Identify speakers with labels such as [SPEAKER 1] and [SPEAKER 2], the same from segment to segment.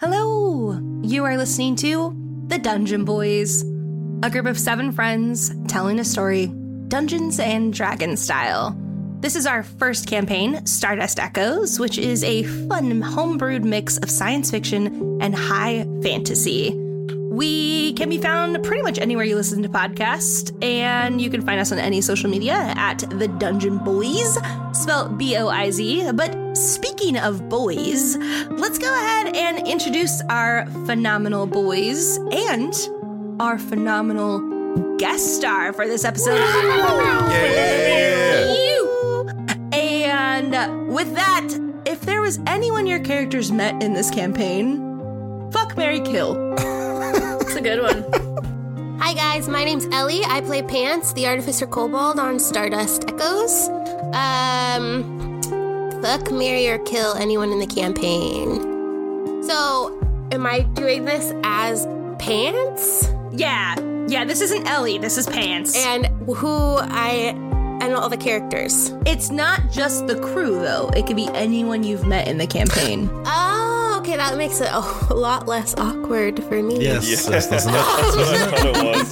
[SPEAKER 1] Hello! You are listening to The Dungeon Boys, a group of seven friends telling a story, Dungeons and Dragons style. This is our first campaign, Stardust Echoes, which is a fun homebrewed mix of science fiction and high fantasy. We can be found pretty much anywhere you listen to podcasts, and you can find us on any social media at The Dungeon Boys, spelled B O I Z. But speaking of boys, let's go ahead and introduce our phenomenal boys and our phenomenal guest star for this episode.
[SPEAKER 2] Yeah.
[SPEAKER 1] You. And with that, if there was anyone your characters met in this campaign, fuck Mary Kill.
[SPEAKER 3] It's a good one.
[SPEAKER 4] Hi guys, my name's Ellie. I play Pants, the Artificer Kobold on Stardust Echoes. Um, fuck, marry, or kill anyone in the campaign. So, am I doing this as Pants?
[SPEAKER 1] Yeah, yeah, this isn't Ellie, this is Pants.
[SPEAKER 4] And who I and all the characters?
[SPEAKER 1] it's not just the crew, though, it could be anyone you've met in the campaign.
[SPEAKER 4] Oh, okay, that makes it a lot less awkward for me.
[SPEAKER 5] Yes, yes, doesn't it?
[SPEAKER 2] That's what I thought it was.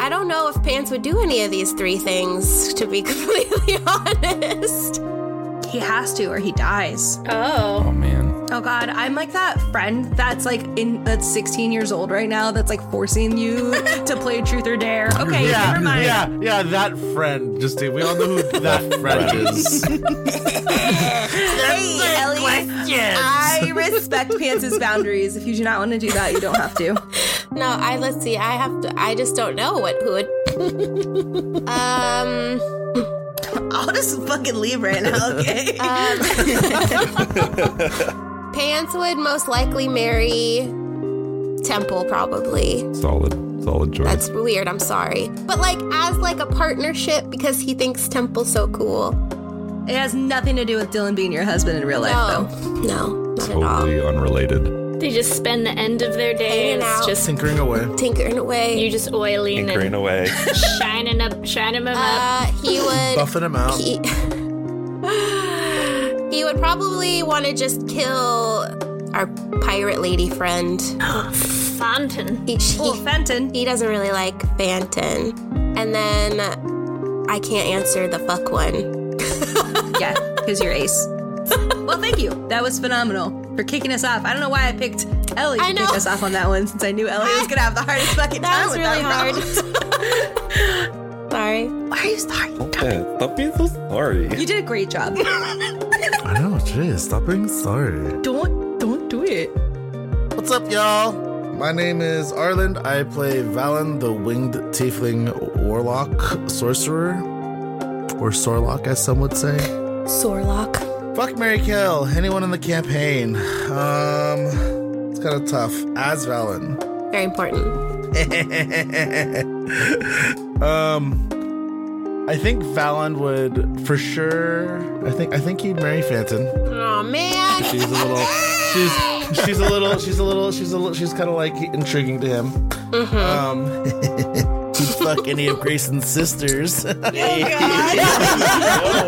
[SPEAKER 4] I don't know if Pants would do any of these three things. To be completely honest.
[SPEAKER 1] he has to, or he dies.
[SPEAKER 3] Oh.
[SPEAKER 5] Oh man,
[SPEAKER 1] Oh god, I'm like that friend that's like in that's 16 years old right now that's like forcing you to play truth or dare. Okay, never mind.
[SPEAKER 5] yeah, yeah. That friend, just we all know who that friend is.
[SPEAKER 1] Hey, Ellie, I respect Pants' boundaries. If you do not want to do that, you don't have to.
[SPEAKER 4] No, I let's see. I have to. I just don't know what who would. um,
[SPEAKER 1] I'll just fucking leave right now, okay?
[SPEAKER 4] Pants would most likely marry Temple, probably.
[SPEAKER 6] Solid, solid choice.
[SPEAKER 4] That's weird. I'm sorry, but like as like a partnership because he thinks Temple's so cool.
[SPEAKER 1] it has nothing to do with Dylan being your husband in real life,
[SPEAKER 4] No,
[SPEAKER 1] though.
[SPEAKER 4] Oh, no, not at all.
[SPEAKER 6] Totally unrelated.
[SPEAKER 3] They just spend the end of their
[SPEAKER 4] Hanging
[SPEAKER 3] days
[SPEAKER 4] out.
[SPEAKER 3] just
[SPEAKER 5] Tinkering away.
[SPEAKER 4] Tinkering away.
[SPEAKER 3] you just oiling
[SPEAKER 2] Tinkering
[SPEAKER 3] and
[SPEAKER 2] away.
[SPEAKER 3] shining up, shining them up.
[SPEAKER 4] Uh, he would.
[SPEAKER 5] Buffing him out.
[SPEAKER 4] he, he would probably want to just kill our pirate lady friend.
[SPEAKER 3] Fountain.
[SPEAKER 4] He, she,
[SPEAKER 1] Well, Fenton.
[SPEAKER 4] He doesn't really like Phantom. And then I can't answer the fuck one.
[SPEAKER 1] Yeah, because you're ace. Well, thank you. That was phenomenal for kicking us off. I don't know why I picked Ellie
[SPEAKER 4] I
[SPEAKER 1] to kick
[SPEAKER 4] know.
[SPEAKER 1] us off on that one since I knew Ellie was going to have the hardest fucking
[SPEAKER 4] That
[SPEAKER 1] time
[SPEAKER 4] was
[SPEAKER 1] with
[SPEAKER 4] really
[SPEAKER 1] that
[SPEAKER 4] hard.
[SPEAKER 1] problem.
[SPEAKER 4] Sorry.
[SPEAKER 1] Why are you sorry?
[SPEAKER 6] Okay, stop being so sorry.
[SPEAKER 1] You did a great job.
[SPEAKER 5] I know. Jeez, stop being sorry.
[SPEAKER 1] don't don't do it.
[SPEAKER 5] What's up, y'all? My name is Arland. I play Valen, the winged tiefling warlock sorcerer, or Sorlock, as some would say.
[SPEAKER 4] Sorlock.
[SPEAKER 5] Fuck Mary Kill, anyone in the campaign. Um, it's kind of tough. As Valen.
[SPEAKER 4] Very important.
[SPEAKER 5] um, I think Valen would for sure. I think I think he'd marry Phantom.
[SPEAKER 4] Oh man.
[SPEAKER 5] She's a little. She's she's a little. She's a little. She's a little. She's kind of like intriguing to him. Um, he'd fuck any of Grayson's sisters.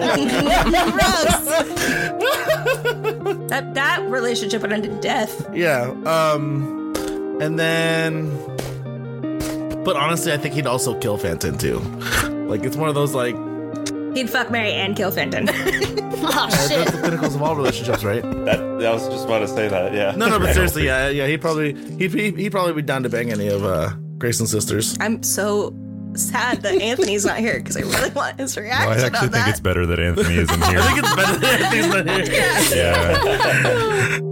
[SPEAKER 2] Oh.
[SPEAKER 4] Gross.
[SPEAKER 1] That that relationship would end in death.
[SPEAKER 5] Yeah. Um and then But honestly, I think he'd also kill Phantom too. Like it's one of those like
[SPEAKER 1] He'd fuck Mary and kill Fenton.
[SPEAKER 3] Oh
[SPEAKER 5] that's
[SPEAKER 3] shit.
[SPEAKER 5] the pinnacles of all relationships, right?
[SPEAKER 2] That I was just about to say that. Yeah.
[SPEAKER 5] No, no, but seriously, yeah, yeah, he'd probably he'd be he'd probably be down to bang any of uh Grayson's sisters.
[SPEAKER 1] I'm so sad that Anthony's not here because I really want his
[SPEAKER 6] I
[SPEAKER 1] reaction
[SPEAKER 6] actually
[SPEAKER 1] on
[SPEAKER 6] think
[SPEAKER 1] that.
[SPEAKER 6] it's better that Anthony isn't
[SPEAKER 5] I
[SPEAKER 6] here.
[SPEAKER 5] think it's better than everything's not here.
[SPEAKER 6] yeah,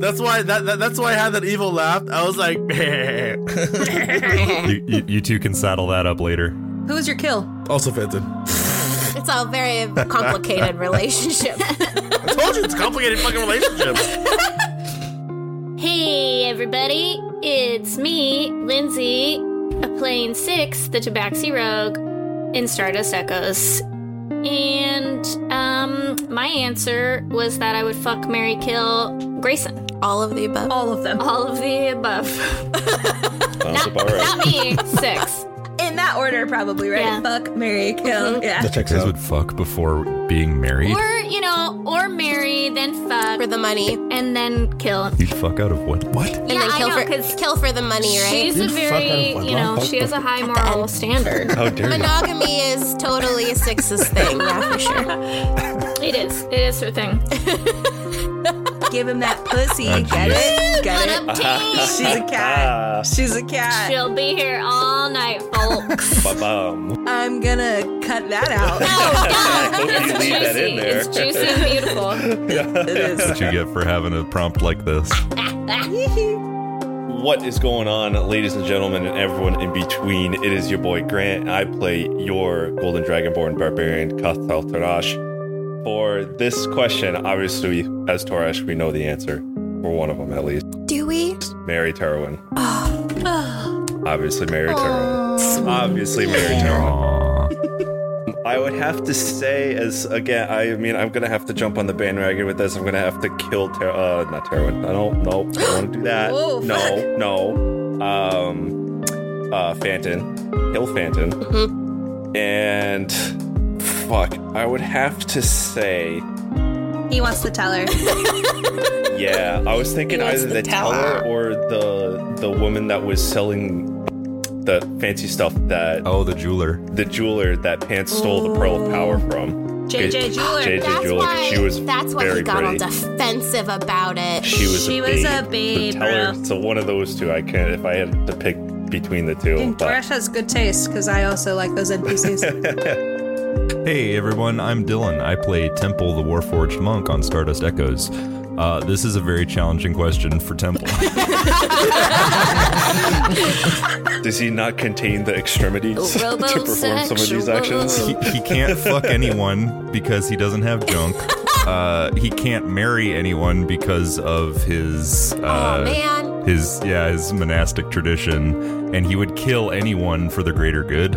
[SPEAKER 5] That's why that, that that's why I had that evil laugh. I was like,
[SPEAKER 6] you, you, you two can saddle that up later.
[SPEAKER 1] Who was your kill?
[SPEAKER 5] also Phantom.
[SPEAKER 4] It's all very complicated relationship.
[SPEAKER 5] I told you it's complicated fucking relationships.
[SPEAKER 3] Hey everybody, it's me, Lindsay, a playing six, the Tabaxi Rogue, in Stardust Echoes. And um my answer was that I would fuck Mary Kill Grayson.
[SPEAKER 4] All of the above.
[SPEAKER 1] All of them.
[SPEAKER 3] All of the above.
[SPEAKER 2] Sounds about right.
[SPEAKER 3] Not me, six.
[SPEAKER 1] In that order, probably, right?
[SPEAKER 3] Yeah.
[SPEAKER 7] Mm-hmm.
[SPEAKER 1] Fuck, Mary, kill. Yeah.
[SPEAKER 5] checks
[SPEAKER 6] You guys would fuck before being married.
[SPEAKER 3] Or you know, or marry, then fuck,
[SPEAKER 4] for the money.
[SPEAKER 3] and then kill.
[SPEAKER 6] You fuck out of what? What?
[SPEAKER 4] And
[SPEAKER 3] Yeah,
[SPEAKER 4] then
[SPEAKER 3] I
[SPEAKER 4] kill
[SPEAKER 3] know,
[SPEAKER 4] for
[SPEAKER 3] 'cause
[SPEAKER 4] kill for the money, right?
[SPEAKER 3] She's a
[SPEAKER 5] You'd fuck out
[SPEAKER 3] very,
[SPEAKER 5] of wedlock.
[SPEAKER 3] you know, she has a high moral standard.
[SPEAKER 6] How dare you?
[SPEAKER 4] Monogamy is totally a sixes thing, yeah, for sure.
[SPEAKER 3] It is. It is her thing.
[SPEAKER 7] Give him that pussy.
[SPEAKER 6] Ah,
[SPEAKER 7] Get it? Get
[SPEAKER 2] Uh-huh.
[SPEAKER 7] it?
[SPEAKER 3] What up, team?
[SPEAKER 7] She's a cat. She's a cat.
[SPEAKER 3] She'll be here all night, folks.
[SPEAKER 2] Ba-bum.
[SPEAKER 7] I'm gonna cut that out.
[SPEAKER 2] I hope you leave that in there.
[SPEAKER 3] It's juicy and beautiful.
[SPEAKER 7] It is.
[SPEAKER 6] What you get for having a prompt like this?
[SPEAKER 2] What is going on, ladies and gentlemen, and everyone in between? It is your boy Grant. I play your Golden Dragonborn Barbarian, Kathal Tarash. For this question, obviously, as Torash, we know the answer. For one of them, at least.
[SPEAKER 4] Do we? Oh.
[SPEAKER 2] Mary Terwin. obviously, Mary Terwin. Obviously, Mary Terwin.
[SPEAKER 6] Aw.
[SPEAKER 2] I would have to say, as again, I mean, I'm gonna have to jump on the bandwagon with this. I'm gonna have to kill Ter- uh, not Terwin. I don't, no, I don't want to do that.
[SPEAKER 7] Whoa,
[SPEAKER 2] no, no. Um, uh, Phantom, kill Phantom, and fuck. I would have to say,
[SPEAKER 7] He wants to tell her.
[SPEAKER 2] yeah. I was thinking
[SPEAKER 4] He wants
[SPEAKER 2] either
[SPEAKER 4] the
[SPEAKER 2] the teller or the the woman that was selling the fancy stuff that
[SPEAKER 6] Oh, the jeweler.
[SPEAKER 2] the jeweler that Pants stole the pearl of power from.
[SPEAKER 7] JJ
[SPEAKER 2] It-
[SPEAKER 7] Jeweler.
[SPEAKER 2] JJ
[SPEAKER 4] That's
[SPEAKER 2] Jeweler.
[SPEAKER 4] why.
[SPEAKER 2] she was
[SPEAKER 4] that's why
[SPEAKER 2] very
[SPEAKER 4] he got
[SPEAKER 2] pretty.
[SPEAKER 4] all defensive about it.
[SPEAKER 2] She was.
[SPEAKER 7] She
[SPEAKER 2] a
[SPEAKER 7] was
[SPEAKER 2] babe.
[SPEAKER 7] a babe,
[SPEAKER 2] So tell her-
[SPEAKER 7] bro.
[SPEAKER 2] so one of those two. I can't. If I had to pick between the two,
[SPEAKER 7] And
[SPEAKER 2] but
[SPEAKER 7] Toresh has good taste because I also like those NPCs.
[SPEAKER 6] Hey everyone, I'm Dylan. I play Temple the Warforged Monk on Stardust Echoes. Uh, this is a very challenging question for Temple.
[SPEAKER 2] does he not contain the extremities to perform some of these actions?
[SPEAKER 6] he, he can't fuck anyone because he doesn't have junk. Uh, he can't marry anyone because of his
[SPEAKER 4] oh
[SPEAKER 6] uh,
[SPEAKER 4] man.
[SPEAKER 6] his yeah his monastic tradition, and he would kill anyone for the greater good.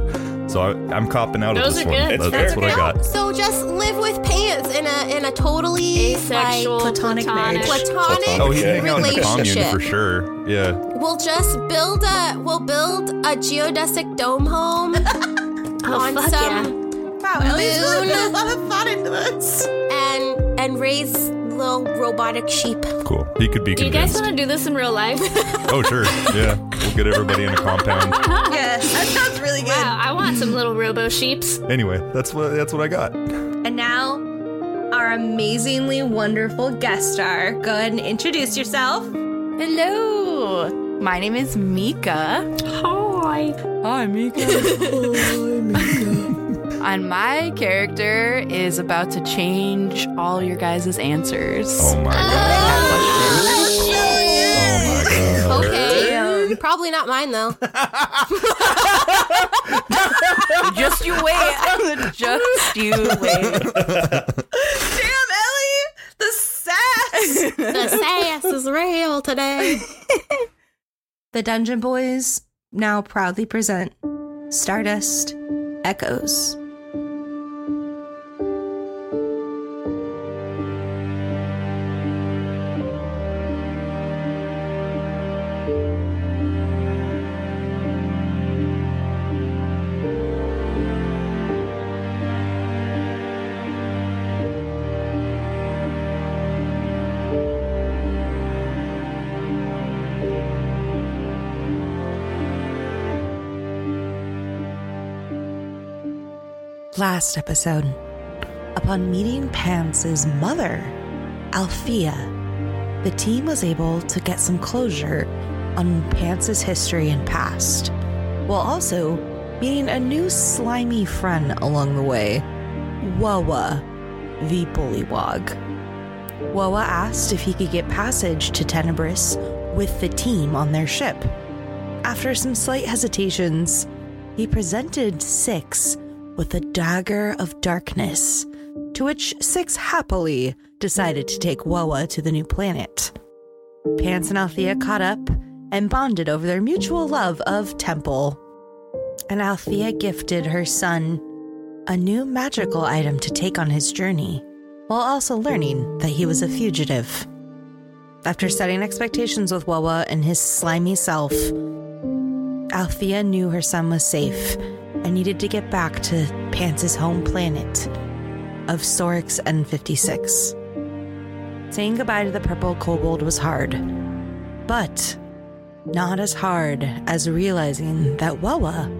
[SPEAKER 6] So I, I'm copping out
[SPEAKER 3] Those
[SPEAKER 6] of this
[SPEAKER 3] are
[SPEAKER 6] one.
[SPEAKER 3] good.
[SPEAKER 6] That-
[SPEAKER 2] It's
[SPEAKER 6] that's
[SPEAKER 2] fair.
[SPEAKER 6] what I got.
[SPEAKER 4] So just live with pants in a in a totally
[SPEAKER 3] Sexual,
[SPEAKER 4] like,
[SPEAKER 7] platonic
[SPEAKER 2] marriage.
[SPEAKER 3] platonic,
[SPEAKER 4] platonic
[SPEAKER 6] Oh, he'd hang out in the commune
[SPEAKER 4] relationship.
[SPEAKER 6] for sure. Yeah,
[SPEAKER 4] We'll just build a we'll build a geodesic dome home
[SPEAKER 3] Oh,
[SPEAKER 4] on
[SPEAKER 3] fuck
[SPEAKER 4] some
[SPEAKER 7] wow, Ellie's really put a
[SPEAKER 4] Moon.
[SPEAKER 7] lot of thought into this.
[SPEAKER 4] and and raise little robotic sheep.
[SPEAKER 6] cool. He could be
[SPEAKER 3] Do you guys
[SPEAKER 6] convinced.
[SPEAKER 3] want to do this in real life? wow,
[SPEAKER 6] oh sure, yeah. We'll get everybody in a compound.
[SPEAKER 7] Yes, that sounds really good.
[SPEAKER 3] I want some little robo sheeps.
[SPEAKER 6] Anyway, that's what that's what I got.
[SPEAKER 7] And now, our amazingly wonderful guest star. Go ahead and introduce yourself.
[SPEAKER 8] Hello. My name is Mika.
[SPEAKER 3] Hi.
[SPEAKER 8] Hi, Mika. and my character is about to change all your guys' answers.
[SPEAKER 6] Oh
[SPEAKER 3] Uh,
[SPEAKER 6] my god. Oh my god.
[SPEAKER 4] Okay. Probably not mine though.
[SPEAKER 7] Oh.
[SPEAKER 8] Just you wait. Just you wait.
[SPEAKER 7] Damn, Ellie! The sass!
[SPEAKER 4] The sass is real today.
[SPEAKER 7] the Dungeon Boys now proudly present Stardust Echoes.
[SPEAKER 1] Last episode, upon meeting Pants' mother, Althea, the team was able to get some closure on Pants' history and past, while also meeting a new slimy friend along the way, Wawa, the bullywog. Wawa asked if he could get passage to Tenebris with the team on their ship. After some slight hesitations, he presented Six with a dagger of darkness, to which Six happily decided to take Wawa to the new planet. Pants and Althea caught up and bonded over their mutual love of temple. And Althea gifted her son a new magical item to take on his journey, while also learning that he was a fugitive. After setting expectations with Wawa and his slimy self, Althea knew her son was safe and needed to get back to Pants' home planet. of Sorix N56. Saying goodbye to the purple kobold was hard, but not as hard as realizing that Wawa,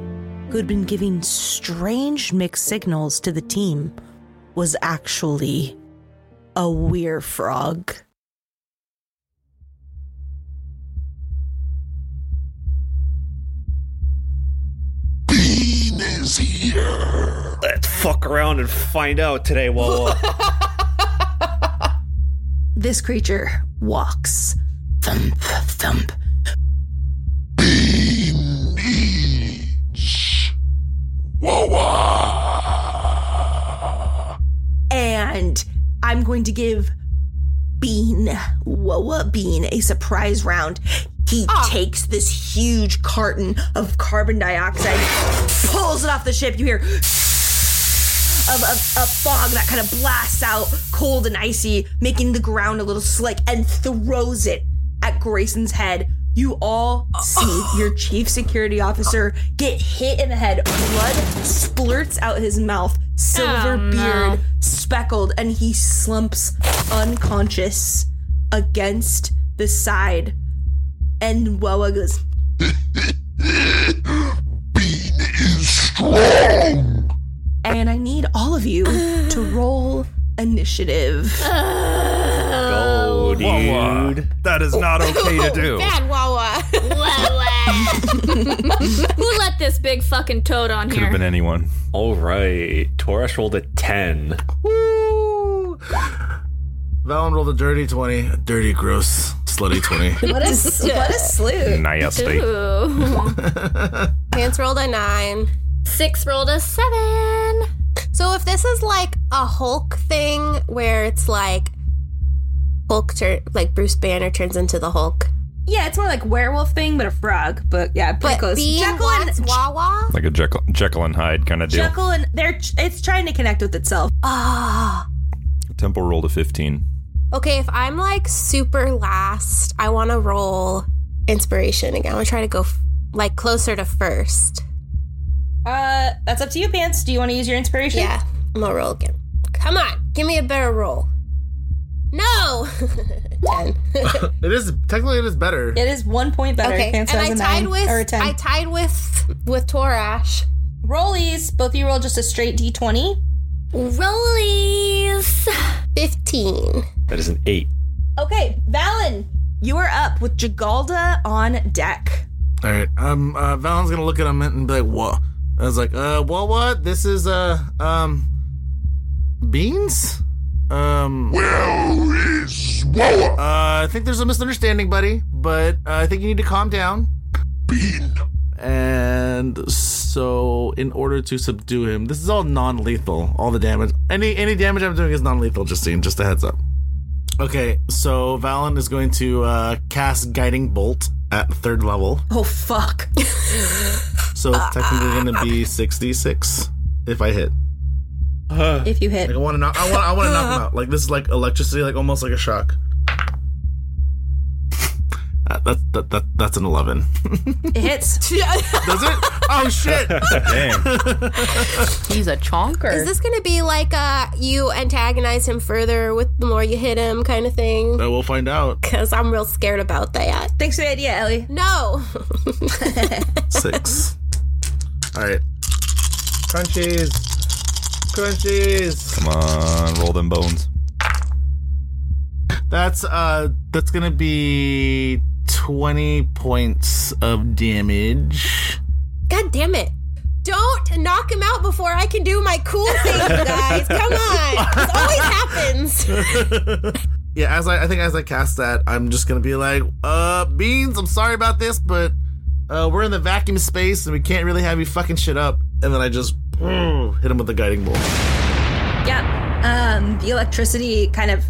[SPEAKER 1] who had been giving strange mixed signals to the team, was actually a weirfrog. frog.
[SPEAKER 2] Let's fuck around and find out today, Wawa.
[SPEAKER 7] This creature walks. Thump, thump. And I'm going to give Bean, Woa Bean, a surprise round. He takes this huge carton of carbon dioxide, pulls it off the ship. You hear of, of, of fog that kind of blasts out cold and icy, making the ground a little slick, and throws it at Grayson's head. You all see your chief security officer get hit in the head. Blood splurts out his mouth, silver
[SPEAKER 3] Oh, no.
[SPEAKER 7] beard speckled, and he slumps unconscious against the side. And Wawa goes, and I need all of you to roll initiative.
[SPEAKER 2] Go, dude.
[SPEAKER 6] That is not okay to do.
[SPEAKER 4] Bad Wawa.
[SPEAKER 3] Wah, wah. Who let this big fucking toad on
[SPEAKER 6] Could have
[SPEAKER 3] here?
[SPEAKER 6] been anyone.
[SPEAKER 2] All right. Toresh rolled a 10.
[SPEAKER 5] Valen rolled a dirty 20. Dirty, gross, slutty 20.
[SPEAKER 7] What a, what a slew.
[SPEAKER 6] Nasty.
[SPEAKER 3] Ooh.
[SPEAKER 4] Pants rolled a nine.
[SPEAKER 3] Six rolled a seven.
[SPEAKER 4] So if this is like a Hulk thing where it's like Hulk turn like Bruce Banner turns into the Hulk.
[SPEAKER 7] Yeah, it's more like werewolf thing, but a frog. But yeah, pretty
[SPEAKER 4] But
[SPEAKER 7] close.
[SPEAKER 4] being
[SPEAKER 7] Jekyll
[SPEAKER 4] wants
[SPEAKER 7] and
[SPEAKER 4] Wawa.
[SPEAKER 6] Like a Jekyll, Jekyll and Hyde kind of deal.
[SPEAKER 7] Jekyll and they're it's trying to connect with itself.
[SPEAKER 4] Ah.
[SPEAKER 6] Temple rolled a 15.
[SPEAKER 4] Okay, if I'm like super last, I want to roll inspiration again. I want to try to go f- like closer to first.
[SPEAKER 7] Uh, that's up to you, Pants. Do you want to use your inspiration?
[SPEAKER 4] Yeah, I'm gonna roll again. Come on, give me a better roll. No, ten.
[SPEAKER 5] it is, technically, it is better.
[SPEAKER 7] It is one point better.
[SPEAKER 4] okay, and
[SPEAKER 7] Pants has
[SPEAKER 4] I
[SPEAKER 7] a
[SPEAKER 4] tied
[SPEAKER 7] nine
[SPEAKER 4] with
[SPEAKER 7] or a ten.
[SPEAKER 4] I tied with with Torash.
[SPEAKER 7] Rollies, both of you roll just a straight d twenty.
[SPEAKER 3] Rollies.
[SPEAKER 4] Fifteen.
[SPEAKER 2] That is an 8.
[SPEAKER 7] Okay, Valen, you are up with Jagalda on deck.
[SPEAKER 5] All right. Um, uh, Valen's gonna look at him and be like, "What?" I was like, "Uh, well, what? This is uh, um, beans." Um. Where is Wawa? Uh, I think there's a misunderstanding, buddy. But uh, I think you need to calm down. Bean. And so, in order to subdue him, this is all non-lethal. All the damage, any any damage I'm doing is non-lethal. Just seeing, just a heads up. Okay, so Valen is going to uh, cast Guiding Bolt at third level.
[SPEAKER 7] Oh fuck!
[SPEAKER 5] So it's technically gonna be sixty six if I hit.
[SPEAKER 7] if you
[SPEAKER 5] Like
[SPEAKER 7] hit,
[SPEAKER 5] I want to knock. I want. I want to knock him out. Like this is like electricity. Like almost like a shock. Uh, that's that, that that's an eleven.
[SPEAKER 7] it hits.
[SPEAKER 5] Does it? Oh shit!
[SPEAKER 6] Damn.
[SPEAKER 8] He's a chonker.
[SPEAKER 4] Is this gonna be like uh you antagonize him further with the more you hit him kind of thing?
[SPEAKER 5] Uh, we'll find out.
[SPEAKER 4] Because I'm real scared about that.
[SPEAKER 7] Thanks for the idea, Ellie.
[SPEAKER 4] No.
[SPEAKER 5] Six. All right. Crunchies. Crunchies.
[SPEAKER 6] Come on, roll them bones.
[SPEAKER 5] That's uh. That's gonna be twenty points of damage.
[SPEAKER 4] God damn it. Don't knock him out before I can do my cool thing, you guys. Come on. This always happens.
[SPEAKER 5] yeah, as I, I think as I cast that, I'm just gonna be like, uh, Beans, I'm sorry about this, but uh, we're in the vacuum space and we can't really have you fucking shit up. And then I just mm, hit him with the guiding bolt.
[SPEAKER 7] Yeah. Um, the electricity kind of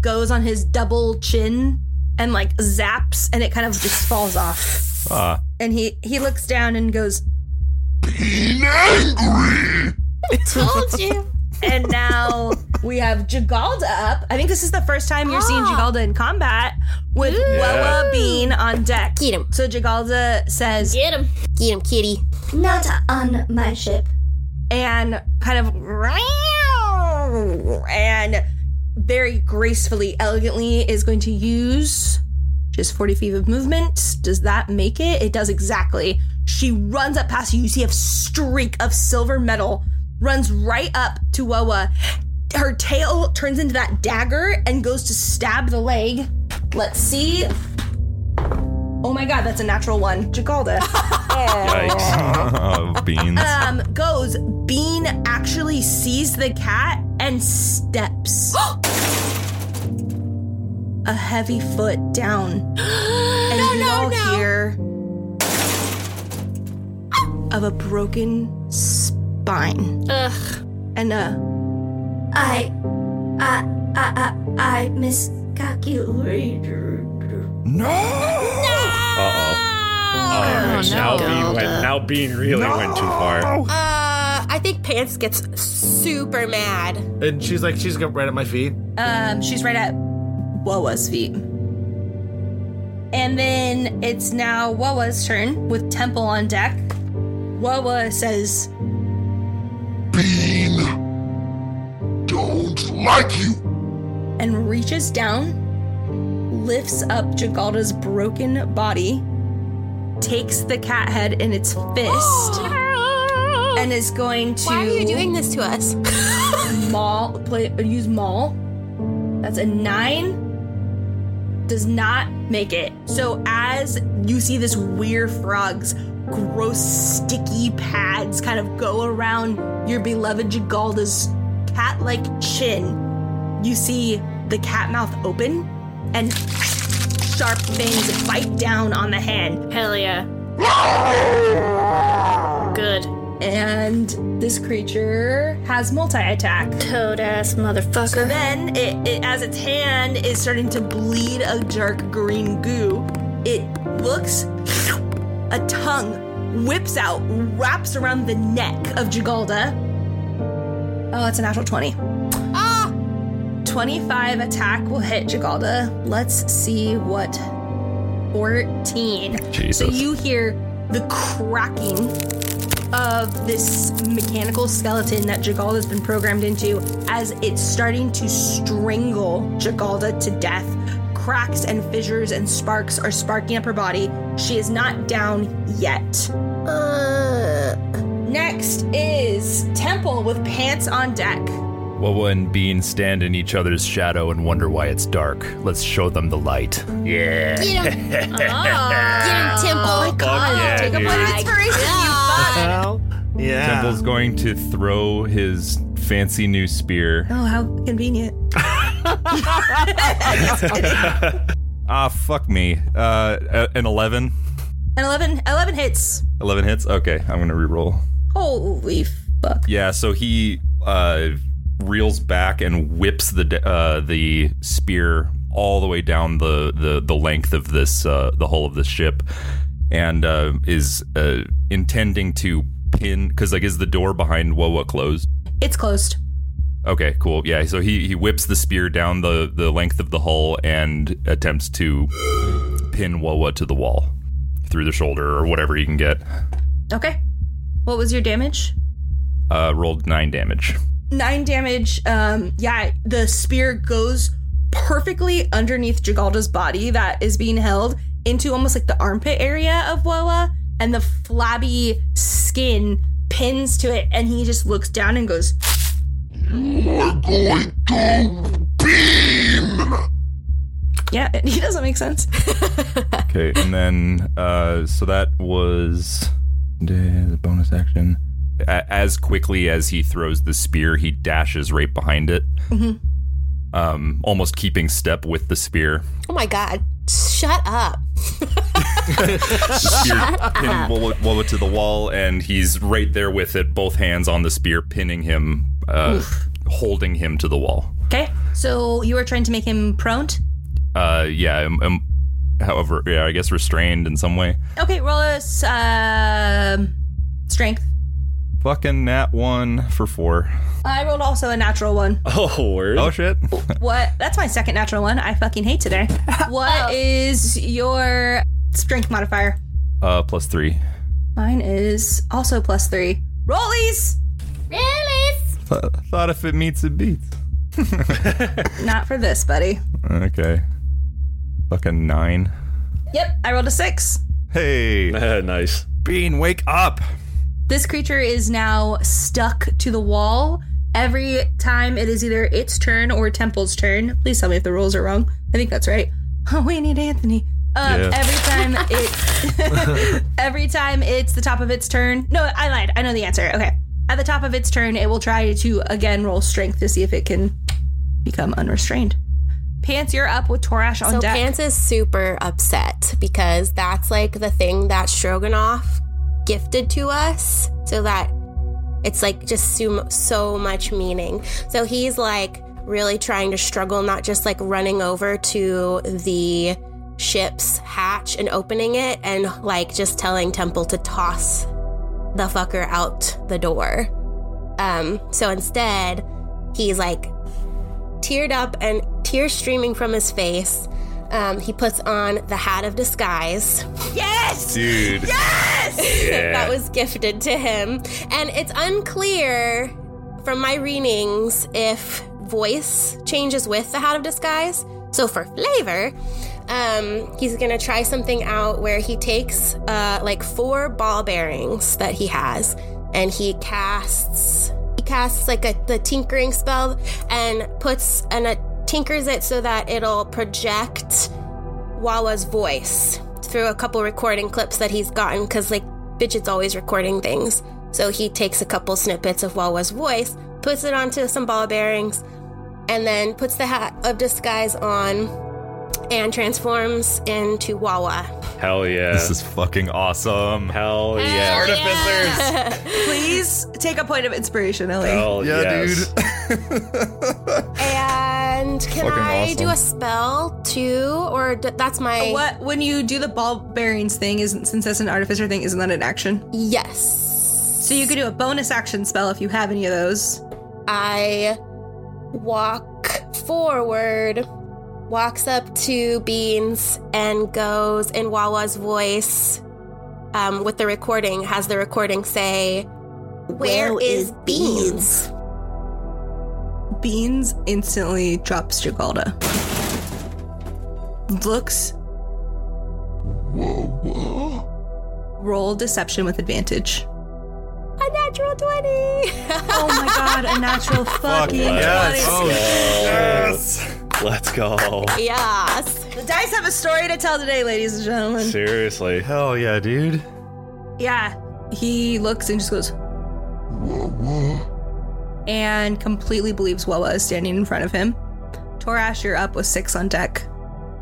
[SPEAKER 7] goes on his double chin and like zaps, and it kind of just falls off.
[SPEAKER 6] Ah,
[SPEAKER 7] And he he looks down and goes,
[SPEAKER 4] Told you.
[SPEAKER 7] and now we have Jagalda up. I think this is the first time you're seeing
[SPEAKER 4] Ah.
[SPEAKER 7] Jagalda in combat with Wawa Bean on deck.
[SPEAKER 4] Get him.
[SPEAKER 7] So Jagalda says,
[SPEAKER 3] Get him.
[SPEAKER 4] Get him, kitty.
[SPEAKER 9] Not on my ship.
[SPEAKER 7] and kind of and very gracefully, elegantly is going to use just 40 feet of movement. Does that make it? It does exactly. She runs up past you. You see a streak of silver metal, runs right up to Wawa. Her tail turns into that dagger and goes to stab the leg. Let's see. Oh my god, that's a natural one. Jagalda.
[SPEAKER 6] Yikes. of beans.
[SPEAKER 7] um, goes, Bean actually sees the cat and steps a heavy foot down. And you all hear of a broken spine
[SPEAKER 3] Ugh.
[SPEAKER 7] and a
[SPEAKER 9] I, I, I, I, I miscalculated.
[SPEAKER 2] Uh-oh.
[SPEAKER 8] Oh,
[SPEAKER 2] Alright, now,
[SPEAKER 8] no.
[SPEAKER 2] Bean went, now Bean really went too far.
[SPEAKER 4] Uh, I think Pants gets super mad.
[SPEAKER 5] And she's like, she's got right at my feet.
[SPEAKER 7] um she's right at Wawa's feet. And then it's now Wawa's turn with Temple on deck. Wawa says,
[SPEAKER 10] Bean don't like you.
[SPEAKER 7] and reaches down, lifts up Jagalda's broken body, takes the cat head in its fist, and is going to
[SPEAKER 4] Why are you doing this to us?
[SPEAKER 7] maul play use maul. That's a nine. Does not make it. So as you see this weird frog's gross sticky pads kind of go around your beloved Jagalda's cat-like chin, you see the cat mouth open and sharp fangs bite down on the hand.
[SPEAKER 3] Hell yeah. Good.
[SPEAKER 7] And this creature has multi-attack.
[SPEAKER 3] Toad ass
[SPEAKER 7] So
[SPEAKER 3] motherfucker.
[SPEAKER 7] then, it, it, as its hand is starting to bleed a dark green goo, it looks, a tongue whips out, wraps around the neck of Jagalda. Oh, that's a natural 20.
[SPEAKER 4] Ah!
[SPEAKER 7] 25 attack will hit Jagalda. Let's see what. 14. So
[SPEAKER 6] Jesus.
[SPEAKER 7] you hear the cracking of this mechanical skeleton that Jagalda has been programmed into as it's starting to strangle Jagalda to death. Cracks and fissures and sparks are sparking up her body. She is not down yet. Next is Temple with pants on deck.
[SPEAKER 6] Wawa and Bean stand in each other's shadow and wonder why it's dark. Let's show them the light. Yeah.
[SPEAKER 4] Get him. Get him, Temple. Oh my
[SPEAKER 2] God, yeah, take a dude. point of
[SPEAKER 4] inspiration,
[SPEAKER 5] Well, yeah.
[SPEAKER 6] Temple's going to throw his fancy new spear.
[SPEAKER 7] Oh, how convenient.
[SPEAKER 6] Ah, fuck me. Uh, a- an 11?
[SPEAKER 7] And 11, 11 hits.
[SPEAKER 6] 11 hits? Okay, I'm going to reroll.
[SPEAKER 7] Holy fuck.
[SPEAKER 6] Yeah, so he uh, reels back and whips the d- uh, the spear all the way down the, the, the length of this uh, the hull of the ship, and uh, is uh, intending to pin because like is the door behind Woa closed?
[SPEAKER 7] It's closed.
[SPEAKER 6] Okay, cool. Yeah, so he, he whips the spear down the, the length of the hull and attempts to pin Woa to the wall through the shoulder or whatever he can get.
[SPEAKER 7] Okay. What was your damage?
[SPEAKER 6] Uh, rolled nine damage.
[SPEAKER 7] nine damage. Um, yeah, the spear goes perfectly underneath Jagalda's body that is being held into almost like the armpit area of Wawa, and the flabby skin pins to it, and he just looks down and goes,
[SPEAKER 10] We're going to beam.
[SPEAKER 7] "Yeah, he doesn't make sense."
[SPEAKER 6] Okay, and then uh, so that was the bonus action. A- as quickly as he throws the spear, he dashes right behind it, um, almost keeping step with the spear.
[SPEAKER 4] Oh my God. Shut up.
[SPEAKER 6] The spear pinned Woa, Woa to the wall, and he's right there with it, both hands on the spear, pinning him, uh, holding him to the wall.
[SPEAKER 7] Okay, so you are trying to make him prone.
[SPEAKER 6] Uh, yeah, um um however, yeah, I guess restrained in some way.
[SPEAKER 7] Okay, roll us um, strength.
[SPEAKER 6] Fucking nat one for four.
[SPEAKER 7] I rolled also a natural one.
[SPEAKER 2] Oh, word.
[SPEAKER 6] Oh shit.
[SPEAKER 7] What? That's my second natural one. I fucking hate today. What is your strength modifier?
[SPEAKER 6] Uh, plus three.
[SPEAKER 7] Mine is also plus three. Rollies!
[SPEAKER 3] Really?
[SPEAKER 6] Th- thought if it meets, it beats.
[SPEAKER 7] Not for this, buddy.
[SPEAKER 6] Okay. Fucking nine.
[SPEAKER 7] Yep, I rolled a six.
[SPEAKER 6] Hey.
[SPEAKER 2] nice.
[SPEAKER 6] Bean, wake up.
[SPEAKER 7] This creature is now stuck to the wall. Every time it is either its turn or Temple's turn. Please tell me if the rules are wrong. I think that's right. Oh, we need Anthony. Um,
[SPEAKER 9] Yeah.
[SPEAKER 7] Every time it, every time it's the top of its turn. No, I lied. I know the answer. Okay, at the top of its turn, it will try to again roll strength to see if it can become unrestrained. Pants, you're up with Torash on
[SPEAKER 4] so
[SPEAKER 7] deck.
[SPEAKER 4] Pants is super upset because that's like the thing that Stroganoff gifted to us. So that it's like just so, mu- so much meaning. So he's like really trying to struggle, not just like running over to the ship's hatch and opening it and like just telling Temple to toss the fucker out the door. Um, so instead, he's like teared up and tears streaming from his face. Um, he puts on the hat of disguise. Yes!
[SPEAKER 6] Dude.
[SPEAKER 4] Yes!
[SPEAKER 6] Yeah.
[SPEAKER 4] that was gifted to him. And it's unclear from my readings if voice changes with the hat of disguise. So for flavor, um, he's gonna try something out where he takes uh, like four ball bearings that he has and he casts he casts like a the tinkering spell and puts and uh, tinkers it so that it'll project Wawa's voice through a couple recording clips that he's gotten because, like, Fidget's always recording things. So he takes a couple snippets of Wawa's voice, puts it onto some ball bearings, and then puts the hat of disguise on and transforms into Wawa.
[SPEAKER 2] Hell yeah. This
[SPEAKER 6] is fucking awesome.
[SPEAKER 2] Hell yeah.
[SPEAKER 7] Please take a point of inspiration, Ellie.
[SPEAKER 2] Hell Yeah, yes.
[SPEAKER 6] dude.
[SPEAKER 4] and can
[SPEAKER 7] Fucking
[SPEAKER 4] I do a
[SPEAKER 7] awesome.
[SPEAKER 4] spell too? Or d- that's my.
[SPEAKER 7] What when you do the ball bearings thing? Isn't since that's an artificer thing? Isn't that an action?
[SPEAKER 4] Yes.
[SPEAKER 7] So you could do a bonus action spell if you have any of those.
[SPEAKER 4] I walk forward, walks up to Beans, and goes in Wawa's voice um, with the recording, has the recording say, Where is Beans?
[SPEAKER 7] Beans instantly drops Jagalda. Looks. Roll deception with advantage.
[SPEAKER 4] A natural 20. oh
[SPEAKER 7] my god, a natural fucking
[SPEAKER 2] Yes.
[SPEAKER 6] Oh,
[SPEAKER 7] 20.
[SPEAKER 2] Let's go.
[SPEAKER 4] Yes.
[SPEAKER 7] The dice have a story to tell today, ladies and gentlemen.
[SPEAKER 2] Seriously.
[SPEAKER 6] Hell yeah, dude.
[SPEAKER 7] Yeah. He looks and just goes. And completely believes Wawa is standing in front of him. Torash, you're up with six on deck.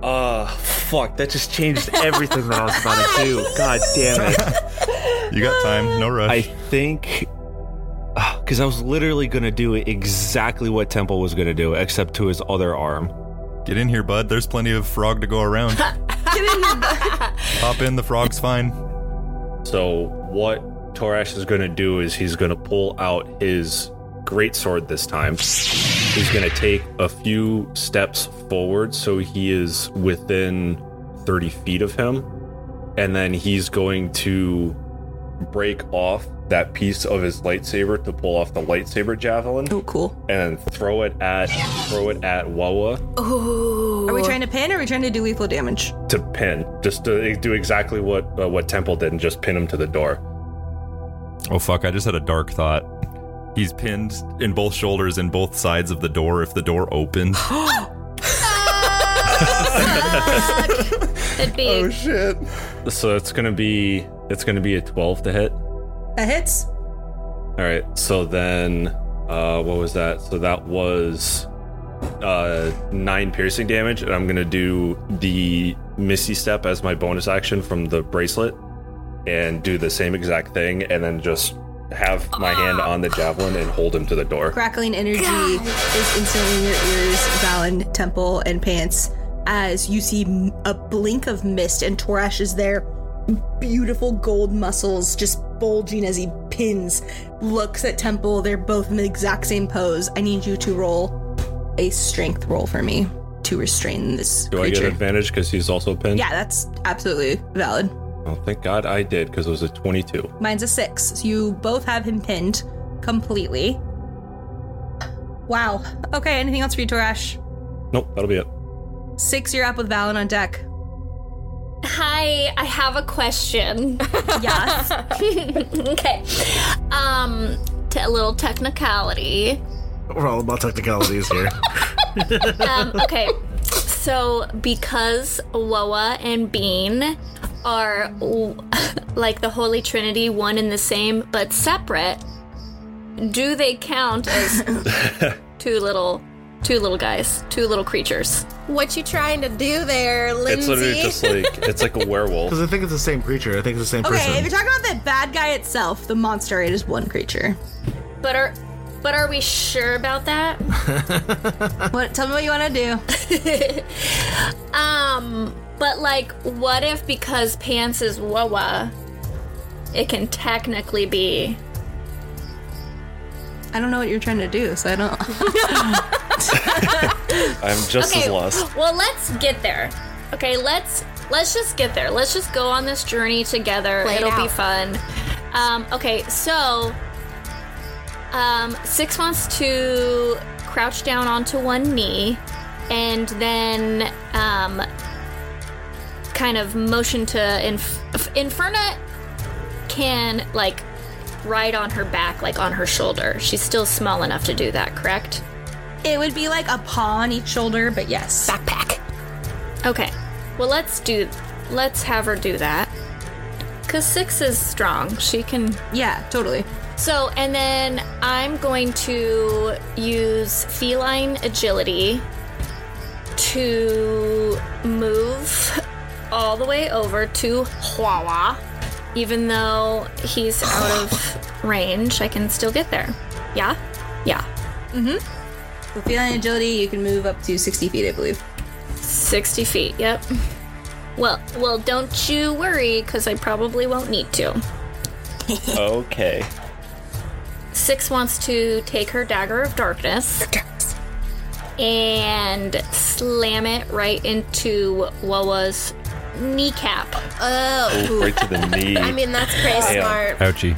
[SPEAKER 2] Uh, fuck. That just changed everything that I was about to do. God damn it.
[SPEAKER 6] You got time.
[SPEAKER 4] Uh,
[SPEAKER 6] No rush.
[SPEAKER 2] I think. Because I was literally going to do exactly what Temple was going to do, except to his other arm.
[SPEAKER 6] Get in here, bud. There's plenty of frog to go around. Hop in. The frog's fine.
[SPEAKER 2] So what Torash is going to do is he's going to pull out his greatsword this time. He's going to take a few steps forward so he is within 30 feet of him. And then he's going to break off that piece of his lightsaber to pull off the lightsaber javelin.
[SPEAKER 7] Oh, cool.
[SPEAKER 2] And then throw it at throw it at Wawa
[SPEAKER 7] Ooh. Are we trying to pin or are we trying to do lethal damage?
[SPEAKER 2] to pin. Just to do exactly what uh, what Temple did and just pin him to the door.
[SPEAKER 6] Oh fuck, I just had a dark thought. He's pinned in both shoulders and both sides of the door if the door opens.
[SPEAKER 3] That'd be. Oh
[SPEAKER 6] shit.
[SPEAKER 2] So it's gonna be it's gonna be a twelve to hit.
[SPEAKER 7] That hits.
[SPEAKER 2] All right. So then, uh, what was that? So that was uh nine piercing damage, and I'm gonna do the Misty Step as my bonus action from the bracelet, and do the same exact thing, and then just have my hand on the javelin and hold him to the door.
[SPEAKER 7] Crackling energy is instantly in your ears, Valen, Temple, and Pants, as you see m- a blink of mist, and Torash is there, beautiful gold muscles just bulging as he pins, looks at Temple. They're both in the exact same pose. I need you to roll a strength roll for me to restrain this
[SPEAKER 2] Do I get
[SPEAKER 7] creature.
[SPEAKER 2] advantage because he's also pinned?
[SPEAKER 7] yeah, that's absolutely valid.
[SPEAKER 2] Oh, thank God I did because it was a twenty-two.
[SPEAKER 7] Mine's a six. So you both have him pinned completely. Wow. Okay, anything else for you, Torash?
[SPEAKER 2] Nope, that'll be it.
[SPEAKER 7] Six, you're up with Valen on deck.
[SPEAKER 3] Hi, I have a question.
[SPEAKER 7] Yes.
[SPEAKER 3] okay. Um, t- a little technicality.
[SPEAKER 5] We're all about technicalities here.
[SPEAKER 3] Um, okay. So, because Wawa and Bean are w- like the Holy Trinity, one and the same, but separate, do they count as two little, two little guys, two little creatures?
[SPEAKER 4] What you trying to do there, Lindsay?
[SPEAKER 2] It's literally just like it's like a werewolf.
[SPEAKER 5] Because I think it's the same creature. I think it's the same
[SPEAKER 7] Okay,
[SPEAKER 5] person.
[SPEAKER 7] if you're talking about the bad guy itself, the monster, it is one creature.
[SPEAKER 3] But are, but are we sure about that?
[SPEAKER 7] What? Tell me what you want to do.
[SPEAKER 3] Um, but like, what if because pants is Wawa, it can technically be
[SPEAKER 7] I don't know what you're trying to do, so I don't.
[SPEAKER 2] I'm just as lost.
[SPEAKER 3] Well, let's get there. Okay, let's let's just get there. Let's just go on this journey together.
[SPEAKER 4] Play it
[SPEAKER 3] It'll
[SPEAKER 4] out.
[SPEAKER 3] be fun. Um, okay, so um, six wants to crouch down onto one knee, and then um, kind of motion to Inf- Inferna can like ride on her back, like on her shoulder. She's still small enough to do that, correct?
[SPEAKER 7] It would be like a paw on each shoulder, but yes.
[SPEAKER 4] Backpack.
[SPEAKER 3] Okay. Well, let's do. Let's have her do that. Cause six is strong. She can.
[SPEAKER 7] Yeah, totally.
[SPEAKER 3] So, and then I'm going to use feline agility to move all the way over to Huawa. Even though he's out of range, I can still get there. Yeah? Yeah.
[SPEAKER 7] With feline agility, you can move up to 60 feet, I believe.
[SPEAKER 3] 60 feet, yep. Well, well, don't you worry, because I probably won't need to.
[SPEAKER 2] Okay.
[SPEAKER 3] Six wants to take her dagger of darkness and slam it right into Wawa's kneecap.
[SPEAKER 4] Oh,
[SPEAKER 2] Oh, right to the knee.
[SPEAKER 4] I mean that's pretty
[SPEAKER 2] Damn.
[SPEAKER 4] smart.
[SPEAKER 6] Ouchie.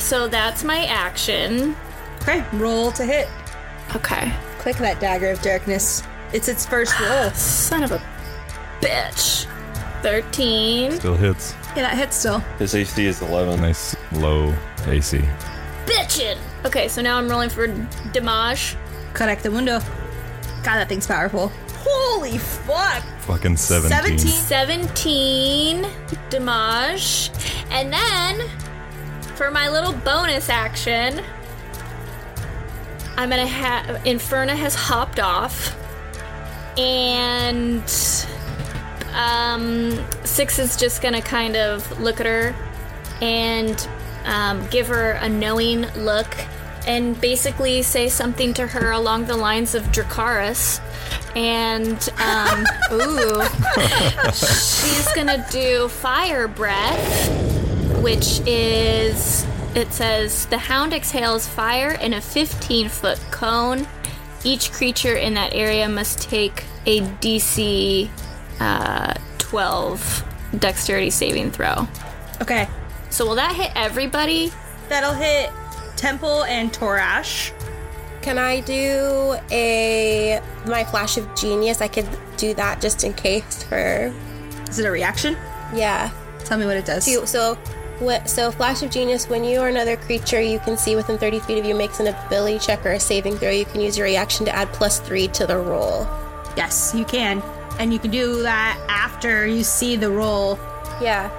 [SPEAKER 3] So that's my action.
[SPEAKER 7] Okay, roll to hit.
[SPEAKER 3] Okay.
[SPEAKER 7] Click that dagger of darkness. It's its first roll. yeah,
[SPEAKER 3] Son of a bitch. 13.
[SPEAKER 6] Still hits.
[SPEAKER 7] that hits still.
[SPEAKER 2] His AC is 11.
[SPEAKER 6] Nice low AC.
[SPEAKER 3] Bitchin'! Okay, so now I'm rolling for damage.
[SPEAKER 7] Correct the window. God, that thing's powerful. Holy fuck!
[SPEAKER 6] Fucking 17.
[SPEAKER 7] 17.
[SPEAKER 3] 17 damage. And then for my little bonus action, I'm gonna have Inferna has hopped off. And um Six is just gonna kind of look at her and um, give her a knowing look and basically say something to her along the lines of Dracaris. And um, ooh, she's gonna do fire breath, which is it says the hound exhales fire in a 15 foot cone. Each creature in that area must take a DC uh, 12 dexterity saving throw.
[SPEAKER 7] Okay,
[SPEAKER 3] So will that hit everybody?
[SPEAKER 7] that'll hit Temple and Torash.
[SPEAKER 4] Can I do a my flash of genius? I could do that just in case for
[SPEAKER 7] Is it a reaction?
[SPEAKER 4] yeah.
[SPEAKER 7] Tell me what it does.
[SPEAKER 4] Do you- so what so flash of genius when you or another creature you can see within 30 feet of you makes an ability check or a saving throw, you can use your reaction to add plus 3 to the roll.
[SPEAKER 7] Yes, you can. And you can do that after you see the roll.
[SPEAKER 4] Yeah,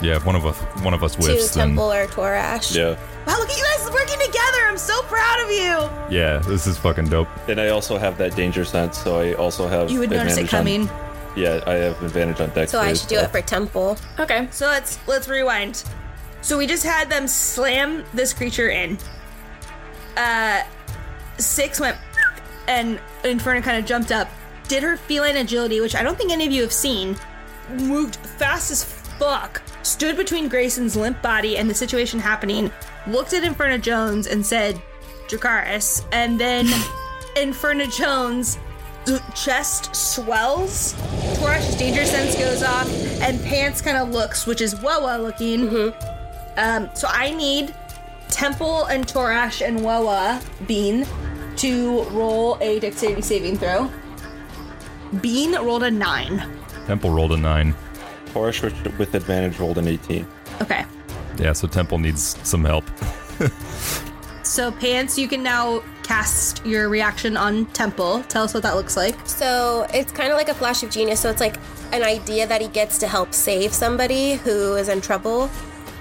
[SPEAKER 6] Yeah, if one of us one of us
[SPEAKER 4] to
[SPEAKER 6] whiffs, then
[SPEAKER 4] Temple or Torash.
[SPEAKER 2] Yeah.
[SPEAKER 7] Wow, look at you guys working together. I'm so proud of you.
[SPEAKER 6] yeah, this is fucking dope.
[SPEAKER 2] And I also have that danger sense, so I also have.
[SPEAKER 7] You would notice it
[SPEAKER 2] advantage on-
[SPEAKER 7] coming.
[SPEAKER 2] yeah, I have advantage on dex.
[SPEAKER 4] So I
[SPEAKER 2] saves,
[SPEAKER 4] should do it for Temple.
[SPEAKER 3] Okay.
[SPEAKER 7] So let's let's rewind. So we just had them slam this creature in. Uh six went and Inferno kind of jumped up, did her feline agility, which I don't think any of you have seen, moved fast as fuck, stood between Grayson's limp body and the situation happening, looked at Inferno Jones and said, Dracaris, and then Inferno Jones d- chest swells, Torash's danger sense goes off, and Pants kind of looks, which is Wawa looking. Um, so I need Temple and Torash and Wawa Bean to roll a dexterity saving throw. Bean rolled a nine.
[SPEAKER 6] Temple rolled a nine.
[SPEAKER 2] Forest with with advantage rolled an 18.
[SPEAKER 7] Okay.
[SPEAKER 6] Yeah, so Temple needs some help.
[SPEAKER 7] So, Pants, you can now cast your reaction on Temple. Tell us what that looks like.
[SPEAKER 4] So it's kind of like a flash of genius. So it's like an idea that he gets to help save somebody who is in trouble.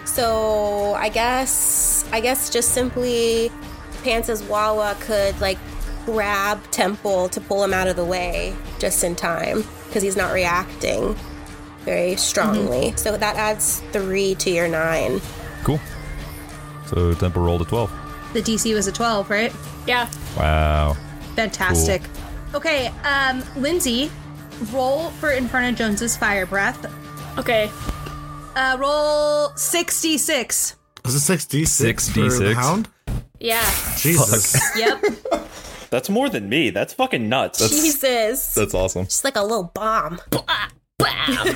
[SPEAKER 4] So I guess, I guess just simply Pants' Wawa could like grab Temple to pull him out of the way just in time because he's not reacting very strongly. So that adds three to your nine.
[SPEAKER 6] Cool. So Temple rolled a 12.
[SPEAKER 7] The DC was a 12, right?
[SPEAKER 3] Yeah.
[SPEAKER 6] Wow.
[SPEAKER 7] Fantastic. Okay, um, Lindsay, roll for Inferno Jones's fire breath.
[SPEAKER 3] Okay.
[SPEAKER 7] Uh, roll 66.
[SPEAKER 5] Is it six d six for the
[SPEAKER 6] 6d6?
[SPEAKER 5] hound?
[SPEAKER 3] Yeah.
[SPEAKER 5] Jesus.
[SPEAKER 7] Yep.
[SPEAKER 2] That's more than me. That's fucking nuts.
[SPEAKER 4] Jesus.
[SPEAKER 6] That's awesome.
[SPEAKER 4] Just like a little bomb.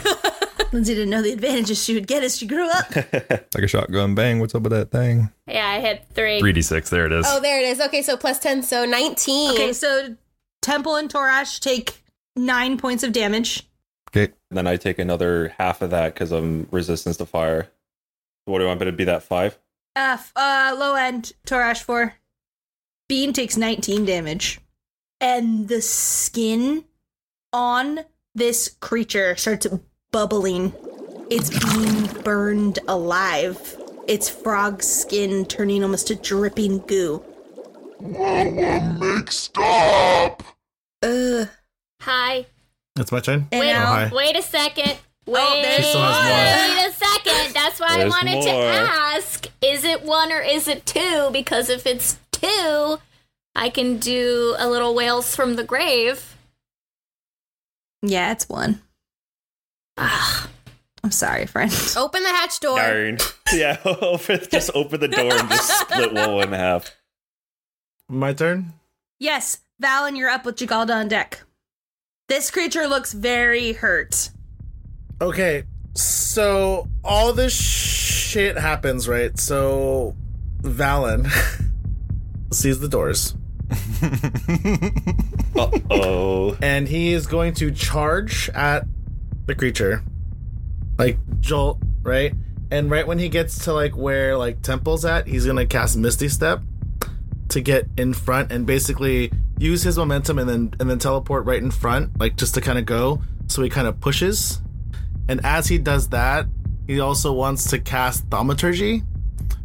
[SPEAKER 7] Lindsay didn't know the advantages she would get as she grew up.
[SPEAKER 6] Like a shotgun bang. What's up with that thing?
[SPEAKER 3] Yeah, I hit three.
[SPEAKER 6] 3d6. There it is.
[SPEAKER 4] Oh, there it is. Okay, so plus 10, so 19.
[SPEAKER 7] okay, so Temple and Torash take nine points of damage.
[SPEAKER 6] Okay.
[SPEAKER 2] then I take another half of that because I'm resistance to fire. What do I want it to be? That five?
[SPEAKER 7] F, uh, low end, Torash 4. Bean takes 19 damage. And the skin on this creature starts bubbling. It's being burned alive. Its frog skin turning almost to dripping goo.
[SPEAKER 10] Wawa, make stop!
[SPEAKER 7] Ugh.
[SPEAKER 3] Hi.
[SPEAKER 5] It's my turn.
[SPEAKER 7] And
[SPEAKER 3] Wait,
[SPEAKER 2] Oh,
[SPEAKER 7] now,
[SPEAKER 5] hi.
[SPEAKER 3] wait a second. Wait,
[SPEAKER 9] Oh,
[SPEAKER 7] there's
[SPEAKER 5] She still has
[SPEAKER 3] wait a second. That's why I
[SPEAKER 2] There's
[SPEAKER 3] wanted to
[SPEAKER 2] more.
[SPEAKER 3] ask is it one or is it two? Because if it's two, I can do a little wails from the grave.
[SPEAKER 7] yeah, it's one.
[SPEAKER 9] Ah.
[SPEAKER 7] I'm sorry, friend.
[SPEAKER 4] Open the hatch door.
[SPEAKER 2] Darn. yeah, open, just open the door and just split Wawa in half.
[SPEAKER 5] My turn.
[SPEAKER 7] Yes, Valen, you're up with Jagalda on deck. This creature looks very hurt.
[SPEAKER 5] Okay, so all this shit happens, right? So Valen sees the doors
[SPEAKER 2] Oh.
[SPEAKER 5] and he is going to charge at the creature. Like jolt, right? And right when he gets to like where like Temple's at, he's going to cast Misty Step to get in front and basically use his momentum and then and then teleport right in front, like just to kind of go so he kind of pushes. And as he does that, he also wants to cast Thaumaturgy,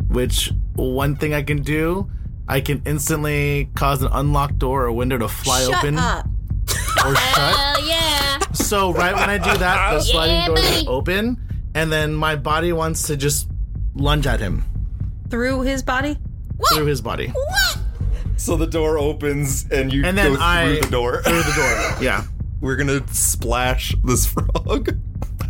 [SPEAKER 5] which one thing I can do, I can instantly cause an unlocked door or window to fly
[SPEAKER 4] Shut
[SPEAKER 5] open
[SPEAKER 4] up.
[SPEAKER 5] or shut.
[SPEAKER 3] Hell yeah.
[SPEAKER 5] So right when I do that, the sliding
[SPEAKER 3] Yeah,
[SPEAKER 5] doors
[SPEAKER 3] buddy.
[SPEAKER 5] open, and then my body wants to just lunge at him
[SPEAKER 7] Through his body?
[SPEAKER 5] through his body
[SPEAKER 6] So the door opens and you
[SPEAKER 5] And then
[SPEAKER 6] go through
[SPEAKER 5] I-
[SPEAKER 6] the door.
[SPEAKER 5] through the door. Yeah,
[SPEAKER 6] We're going to splash this frog.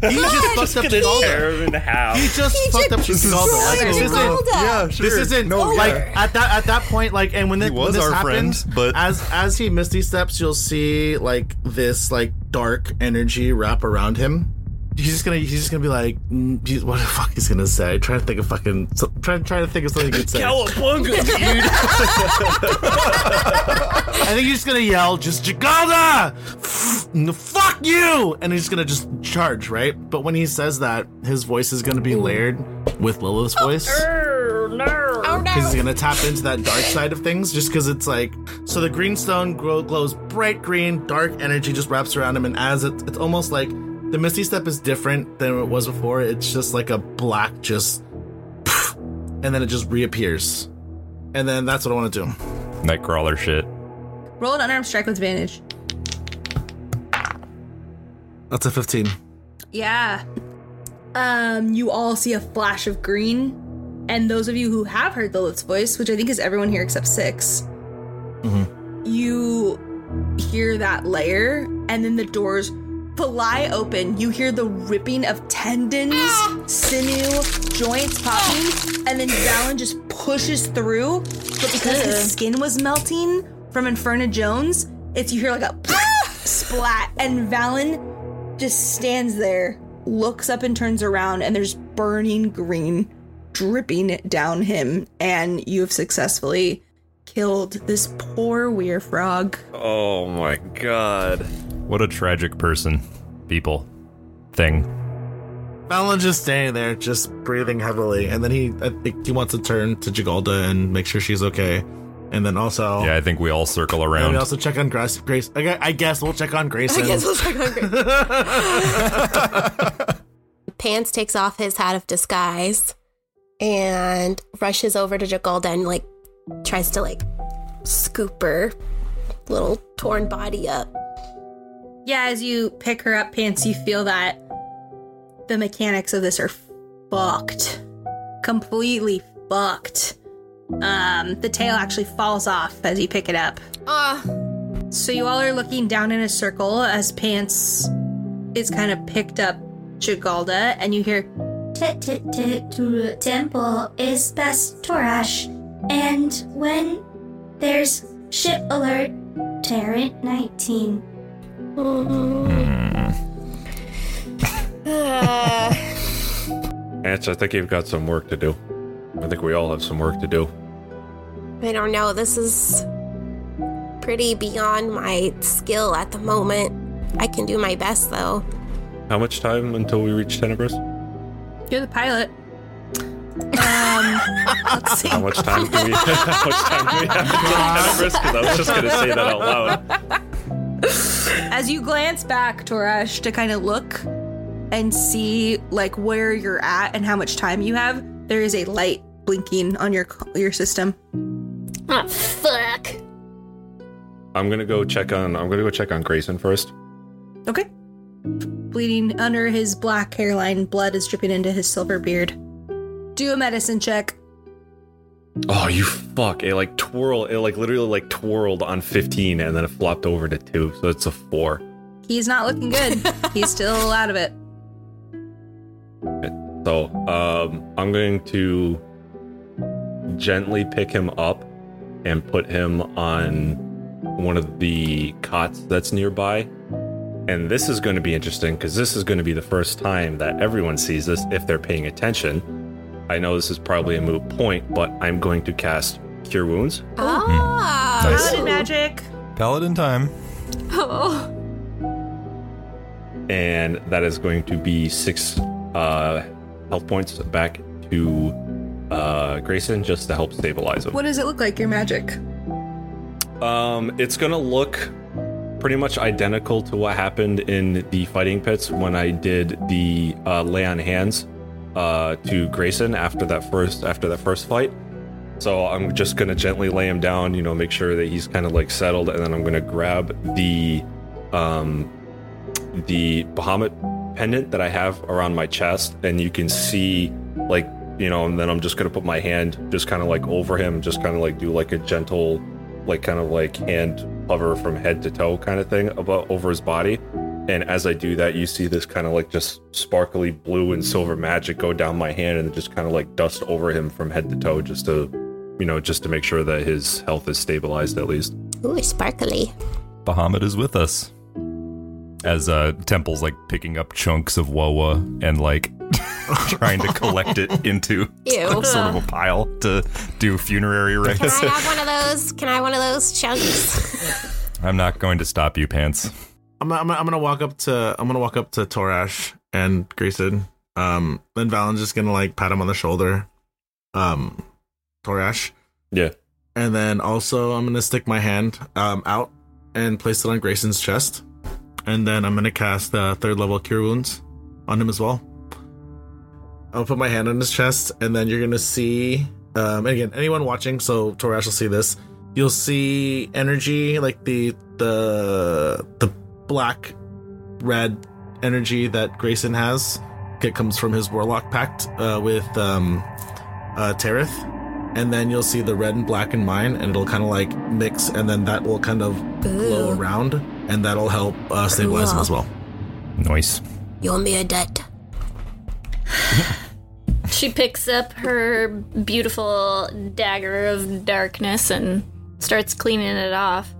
[SPEAKER 5] he just fucked up
[SPEAKER 2] Gonna
[SPEAKER 5] Gigalda.
[SPEAKER 2] tear him in half.
[SPEAKER 5] He just fucked up
[SPEAKER 6] This is so
[SPEAKER 5] Gigalda. Like this
[SPEAKER 6] cool.
[SPEAKER 5] isn't.
[SPEAKER 6] Yeah, sure.
[SPEAKER 5] This isn't
[SPEAKER 6] No,
[SPEAKER 5] like
[SPEAKER 6] yeah.
[SPEAKER 5] at that at that point like and when, thi-
[SPEAKER 6] He was
[SPEAKER 5] when this
[SPEAKER 6] our
[SPEAKER 5] happens
[SPEAKER 6] friend, but-
[SPEAKER 5] as as he misty steps you'll see like this like dark energy wrap around him he's just gonna he's just gonna be like mm, he's- what the fuck he's gonna say try to think of fucking so- try try to think of something he could say
[SPEAKER 2] Cowabunga, dude.
[SPEAKER 5] I think he's just gonna yell, just Jagalda! F- n- Fuck you! And he's just gonna just charge, right? But when he says that, his voice is gonna be layered with Lilith's voice.
[SPEAKER 4] Oh, no.
[SPEAKER 5] Because he's gonna tap into that dark side of things, just because it's like so. The green stone grow, glows bright green, dark energy just wraps around him, and as it, it's almost like the misty step is different than it was before. It's just like a black, just, and then it just reappears, and then that's what I want to do.
[SPEAKER 6] Nightcrawler shit.
[SPEAKER 7] Roll an unarmed strike with advantage.
[SPEAKER 5] That's a fifteen.
[SPEAKER 7] Yeah. Um, you all see a flash of green, and those of you who have heard Lilith's voice, which I think is everyone here except 6 you hear that layer, and then the doors fly open. You hear the ripping of tendons, sinew, joints popping, and then Valen just pushes through. But because his skin was melting from Inferna Jones, it's you hear like a splat, and Valen just stands there, looks up and turns around, and there's burning green dripping down him, and you have successfully
[SPEAKER 11] killed this poor weir frog.
[SPEAKER 2] Oh my god.
[SPEAKER 6] What a tragic person, people, thing.
[SPEAKER 5] Fallon just standing there, just breathing heavily, and then he, I think he wants to turn to Gigalda and make sure she's okay, and then also,
[SPEAKER 6] Yeah, I think we all circle
[SPEAKER 5] and
[SPEAKER 6] around.
[SPEAKER 5] we also check on Grace. Grace, I gue- I guess we'll check on Grayson.
[SPEAKER 4] I guess we'll check on Grayson. Pants takes off his hat of disguise and rushes over to Jagolda and like tries to like scoop her little torn body up.
[SPEAKER 11] Yeah, as you pick her up, Pants, you feel that the mechanics of this are fucked. Completely fucked. Um, the tail actually falls off as you pick it up.
[SPEAKER 4] Ah.
[SPEAKER 11] So you all are looking down in a circle as Pants is kind of picked up Chigalda, and you hear
[SPEAKER 9] Tit tit tit to the temple is best Torash. And when there's ship alert, Tarrant 19.
[SPEAKER 2] Ants, I think you've got some work to do. I think we all have some work to do.
[SPEAKER 4] I don't know. This is pretty beyond my skill at the moment. I can do my best though.
[SPEAKER 2] How much time until we reach Tenebris?
[SPEAKER 11] You're the pilot.
[SPEAKER 7] Um,
[SPEAKER 2] How much time do we How much time do we have until Tenebris? Because I was just going to say that out loud.
[SPEAKER 7] As you glance back, Toresh, to kind of look and see like where you're at and how much time you have, there is a light blinking on your your system.
[SPEAKER 3] Oh, fuck.
[SPEAKER 2] I'm going to go check on I'm going to go check on Grayson first.
[SPEAKER 11] Okay. Bleeding under his black hairline, blood is dripping into his silver beard. Do a medicine check.
[SPEAKER 2] Oh, you fuck. It like twirl, it like literally like twirled on 15 and then it flopped over to 2. So it's a 4.
[SPEAKER 11] He's not looking good. He's still out of it.
[SPEAKER 2] So, um, I'm going to gently pick him up and put him on one of the cots that's nearby. And this is going to be interesting because this is going to be the first time that everyone sees this if they're paying attention. I know this is probably a moot point, but I'm going to cast Cure Wounds.
[SPEAKER 4] Ah.
[SPEAKER 6] Hmm. Nice.
[SPEAKER 11] Paladin magic.
[SPEAKER 6] Paladin time.
[SPEAKER 11] Oh.
[SPEAKER 2] and that is going to be six uh, health points back to uh, Grayson just to help stabilize him.
[SPEAKER 11] What does it look like, your magic?
[SPEAKER 2] Um, it's gonna look pretty much identical to what happened in the fighting pits when I did the uh, lay on hands uh, to Grayson after that first after that first fight. So I'm just gonna gently lay him down, you know, make sure that he's kind of like settled, and then I'm gonna grab the um, the Bahamut pendant that I have around my chest, and you can see like you know, and then I'm just gonna put my hand just kind of like over him, just kind of like do like a gentle like kind of like hand hover from head to toe kind of thing about over his body. And as I do that, you see this kind of like just sparkly blue and silver magic go down my hand and just kind of like dust over him from head to toe just to, you know, just to make sure that his health is stabilized at least.
[SPEAKER 4] Ooh, sparkly.
[SPEAKER 6] Bahamut is with us. As uh temple's like picking up chunks of Wawa and like trying to collect it into
[SPEAKER 4] Ew.
[SPEAKER 6] sort of a pile to do funerary
[SPEAKER 4] Can
[SPEAKER 6] rites.
[SPEAKER 4] I have one of those? Can I have one of those chunks?
[SPEAKER 6] I'm not going to stop you, pants.
[SPEAKER 5] I'm, I'm, I'm gonna walk up to I'm gonna walk up to Torash and Grayson. Um, then Valen's just gonna like pat him on the shoulder. Um, Torash.
[SPEAKER 2] Yeah.
[SPEAKER 5] And then also I'm gonna stick my hand um out and place it on Grayson's chest, and then I'm gonna cast uh, third level cure wounds on him as well. I'll put my hand on his chest, and then you're gonna see. Um, and again, anyone watching, so Torash will see this. You'll see energy like the the the black red energy that Grayson has. It comes from his warlock pact uh, with um, uh, Tarith, and then you'll see the red and black in mine, and it'll kind of like mix, and then that will kind of glow
[SPEAKER 4] Boo.
[SPEAKER 5] around, and that'll help uh, stabilize him as well.
[SPEAKER 6] Nice.
[SPEAKER 4] You owe me a debt.
[SPEAKER 3] She picks up her beautiful dagger of darkness and starts cleaning it off.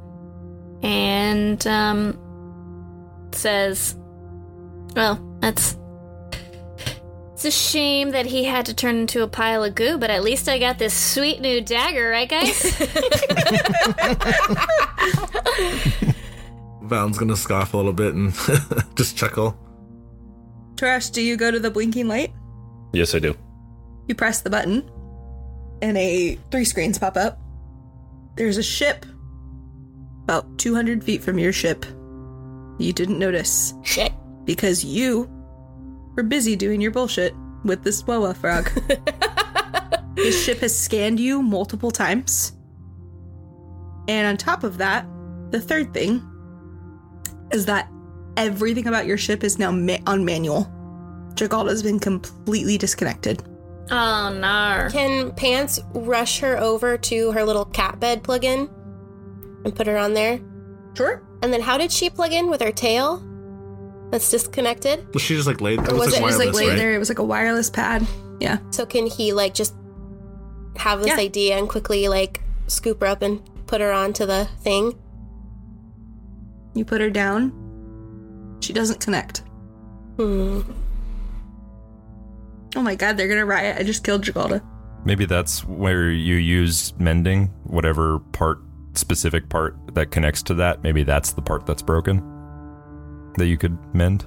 [SPEAKER 3] And um says, "Well, that's It's a shame that he had to turn into a pile of goo, but at least I got this sweet new dagger, right, guys?
[SPEAKER 5] Val's gonna scoff a little bit and just chuckle.
[SPEAKER 7] Torash, do you go to the blinking light?
[SPEAKER 2] Yes, I do.
[SPEAKER 7] You press the button, and a three screens pop up. There's a ship about 200 feet from your ship. You didn't notice.
[SPEAKER 4] Shit.
[SPEAKER 7] Because you were busy doing your bullshit with this Wawa frog. His ship has scanned you multiple times. And on top of that, the third thing is that everything about your ship is now ma- on manual. Jagalda's been completely disconnected.
[SPEAKER 3] Oh no.
[SPEAKER 4] Can Pants rush her over to her little cat bed plug in and put her on there?
[SPEAKER 7] Sure.
[SPEAKER 4] And then how did she plug in with her tail? That's disconnected.
[SPEAKER 5] Well, she just like laid. It
[SPEAKER 4] was
[SPEAKER 5] was,
[SPEAKER 4] it-
[SPEAKER 5] like
[SPEAKER 4] it was,
[SPEAKER 5] wireless,
[SPEAKER 4] like,
[SPEAKER 7] Lay
[SPEAKER 5] right?
[SPEAKER 7] there, it was like a wireless pad. Yeah.
[SPEAKER 4] So can he like just have this
[SPEAKER 7] Yeah.
[SPEAKER 4] idea and quickly like scoop her up and put her onto the thing?
[SPEAKER 7] You put her down. She doesn't connect.
[SPEAKER 4] Hmm.
[SPEAKER 7] Oh my god, they're gonna riot. I just killed Jagalda.
[SPEAKER 6] Maybe that's where you use mending, whatever part, specific part that connects to that. Maybe that's the part that's broken that you could mend.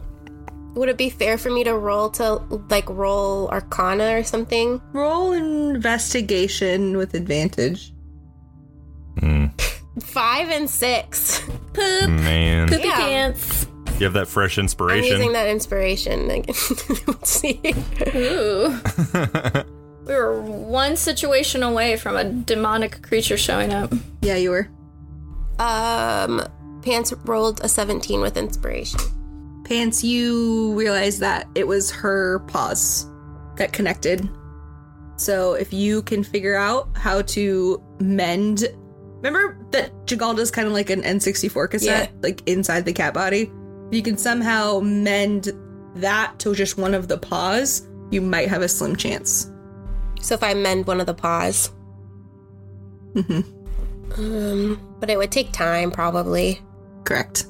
[SPEAKER 4] Would it be fair for me to roll to like roll Arcana or something?
[SPEAKER 7] Roll investigation with advantage.
[SPEAKER 6] Hmm,
[SPEAKER 4] Five and six.
[SPEAKER 3] Poop.
[SPEAKER 6] Man,
[SPEAKER 3] Poopy
[SPEAKER 4] Yeah.
[SPEAKER 3] pants.
[SPEAKER 6] you have that fresh
[SPEAKER 4] I'm using
[SPEAKER 6] inspiration.
[SPEAKER 4] that inspiration. Let's see.
[SPEAKER 3] Ooh. we were one situation away from a demonic creature showing up.
[SPEAKER 7] Yeah, you were.
[SPEAKER 4] Um, Pants rolled a 17 with inspiration.
[SPEAKER 7] Pants, you realize that it was her paws that connected. So if you can figure out how to mend. Remember that Jagalda's kind of like an N64 cassette, like inside the cat body? If you can somehow mend that to just one of the paws, you might have a slim chance.
[SPEAKER 4] So if I mend one of the paws,
[SPEAKER 7] hmm
[SPEAKER 4] um, but it would take time probably.
[SPEAKER 7] Correct.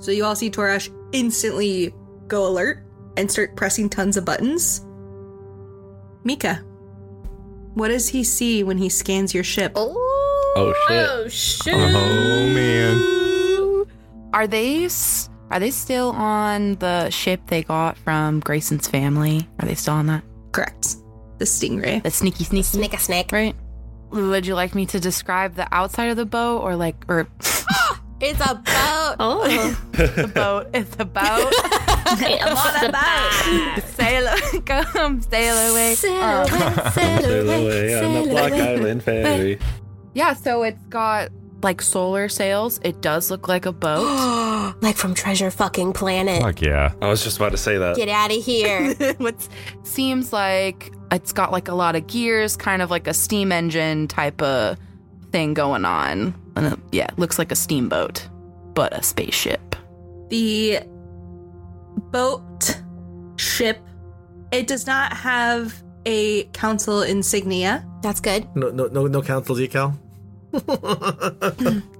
[SPEAKER 7] So you all see Torash instantly go alert and start pressing tons of buttons. Mika, what does he see when he scans your ship?
[SPEAKER 2] Oh shit.
[SPEAKER 3] Oh shit.
[SPEAKER 6] oh man,
[SPEAKER 8] Are they s- are they still on the ship they got from Grayson's family? Are they still on that?
[SPEAKER 7] Correct. The stingray.
[SPEAKER 8] The sneaky sneaky,
[SPEAKER 4] Snake a snake.
[SPEAKER 8] right? Would you like me to describe the outside of the boat or like or
[SPEAKER 4] It's a boat.
[SPEAKER 3] Oh.
[SPEAKER 8] the boat? It's a boat.
[SPEAKER 3] I'm on a
[SPEAKER 8] sail come sail away. Um,
[SPEAKER 2] Sail away on the Black Island ferry.
[SPEAKER 8] yeah, so it's got like solar sails. It does look like a boat.
[SPEAKER 4] like from Treasure Fucking Planet.
[SPEAKER 6] fuck yeah.
[SPEAKER 2] I was just about to say that.
[SPEAKER 4] Get out of here.
[SPEAKER 8] What seems like it's got like a lot of gears, kind of like a steam engine type of thing going on. And it, yeah, it looks like a steamboat, but a spaceship.
[SPEAKER 7] The boat ship. It does not have a council insignia.
[SPEAKER 4] That's good.
[SPEAKER 5] No, no, no, no council decal.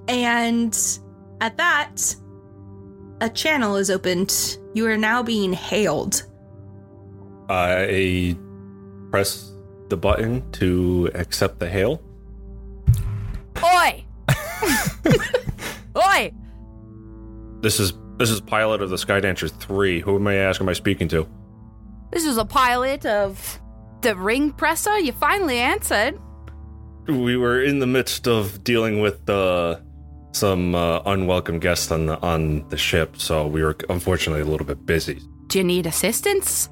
[SPEAKER 7] And at that, a channel is opened. You are now being hailed.
[SPEAKER 2] I press the button to accept the hail.
[SPEAKER 8] Oi! Oi!
[SPEAKER 2] This is this is pilot of the Skydancer three. Who may I ask? Am I speaking to?
[SPEAKER 8] This is a pilot of the ring presser. You finally answered.
[SPEAKER 2] We were in the midst of dealing with uh, some uh, unwelcome guests on the on the ship, so we were unfortunately a little bit busy.
[SPEAKER 8] Do you need assistance?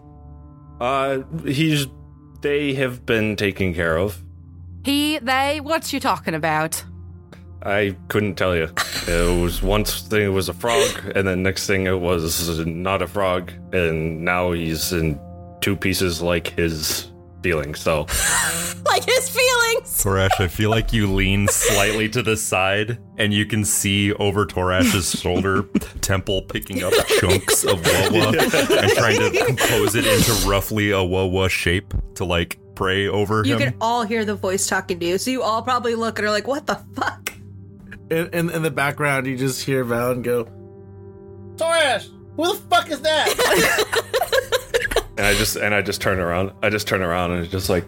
[SPEAKER 2] Uh, he's they have been taken care of.
[SPEAKER 8] He, they, what you talking about?
[SPEAKER 2] I couldn't tell you. It was once thing it was a frog, and then next thing it was not a frog, and now he's in two pieces like his feelings. So
[SPEAKER 4] like his feelings.
[SPEAKER 6] Torash, I feel like you lean slightly to the side and you can see over Torash's shoulder temple picking up chunks of Wawa and trying to compose it into roughly a Wawa shape to like pray over
[SPEAKER 7] You
[SPEAKER 6] him.
[SPEAKER 7] can all hear the voice talking to you, so you all probably look and are like, "What the fuck?"
[SPEAKER 5] in, in, in the background, you just hear Valen go,
[SPEAKER 2] and And I just and I just turn around. I just turn around and it's just like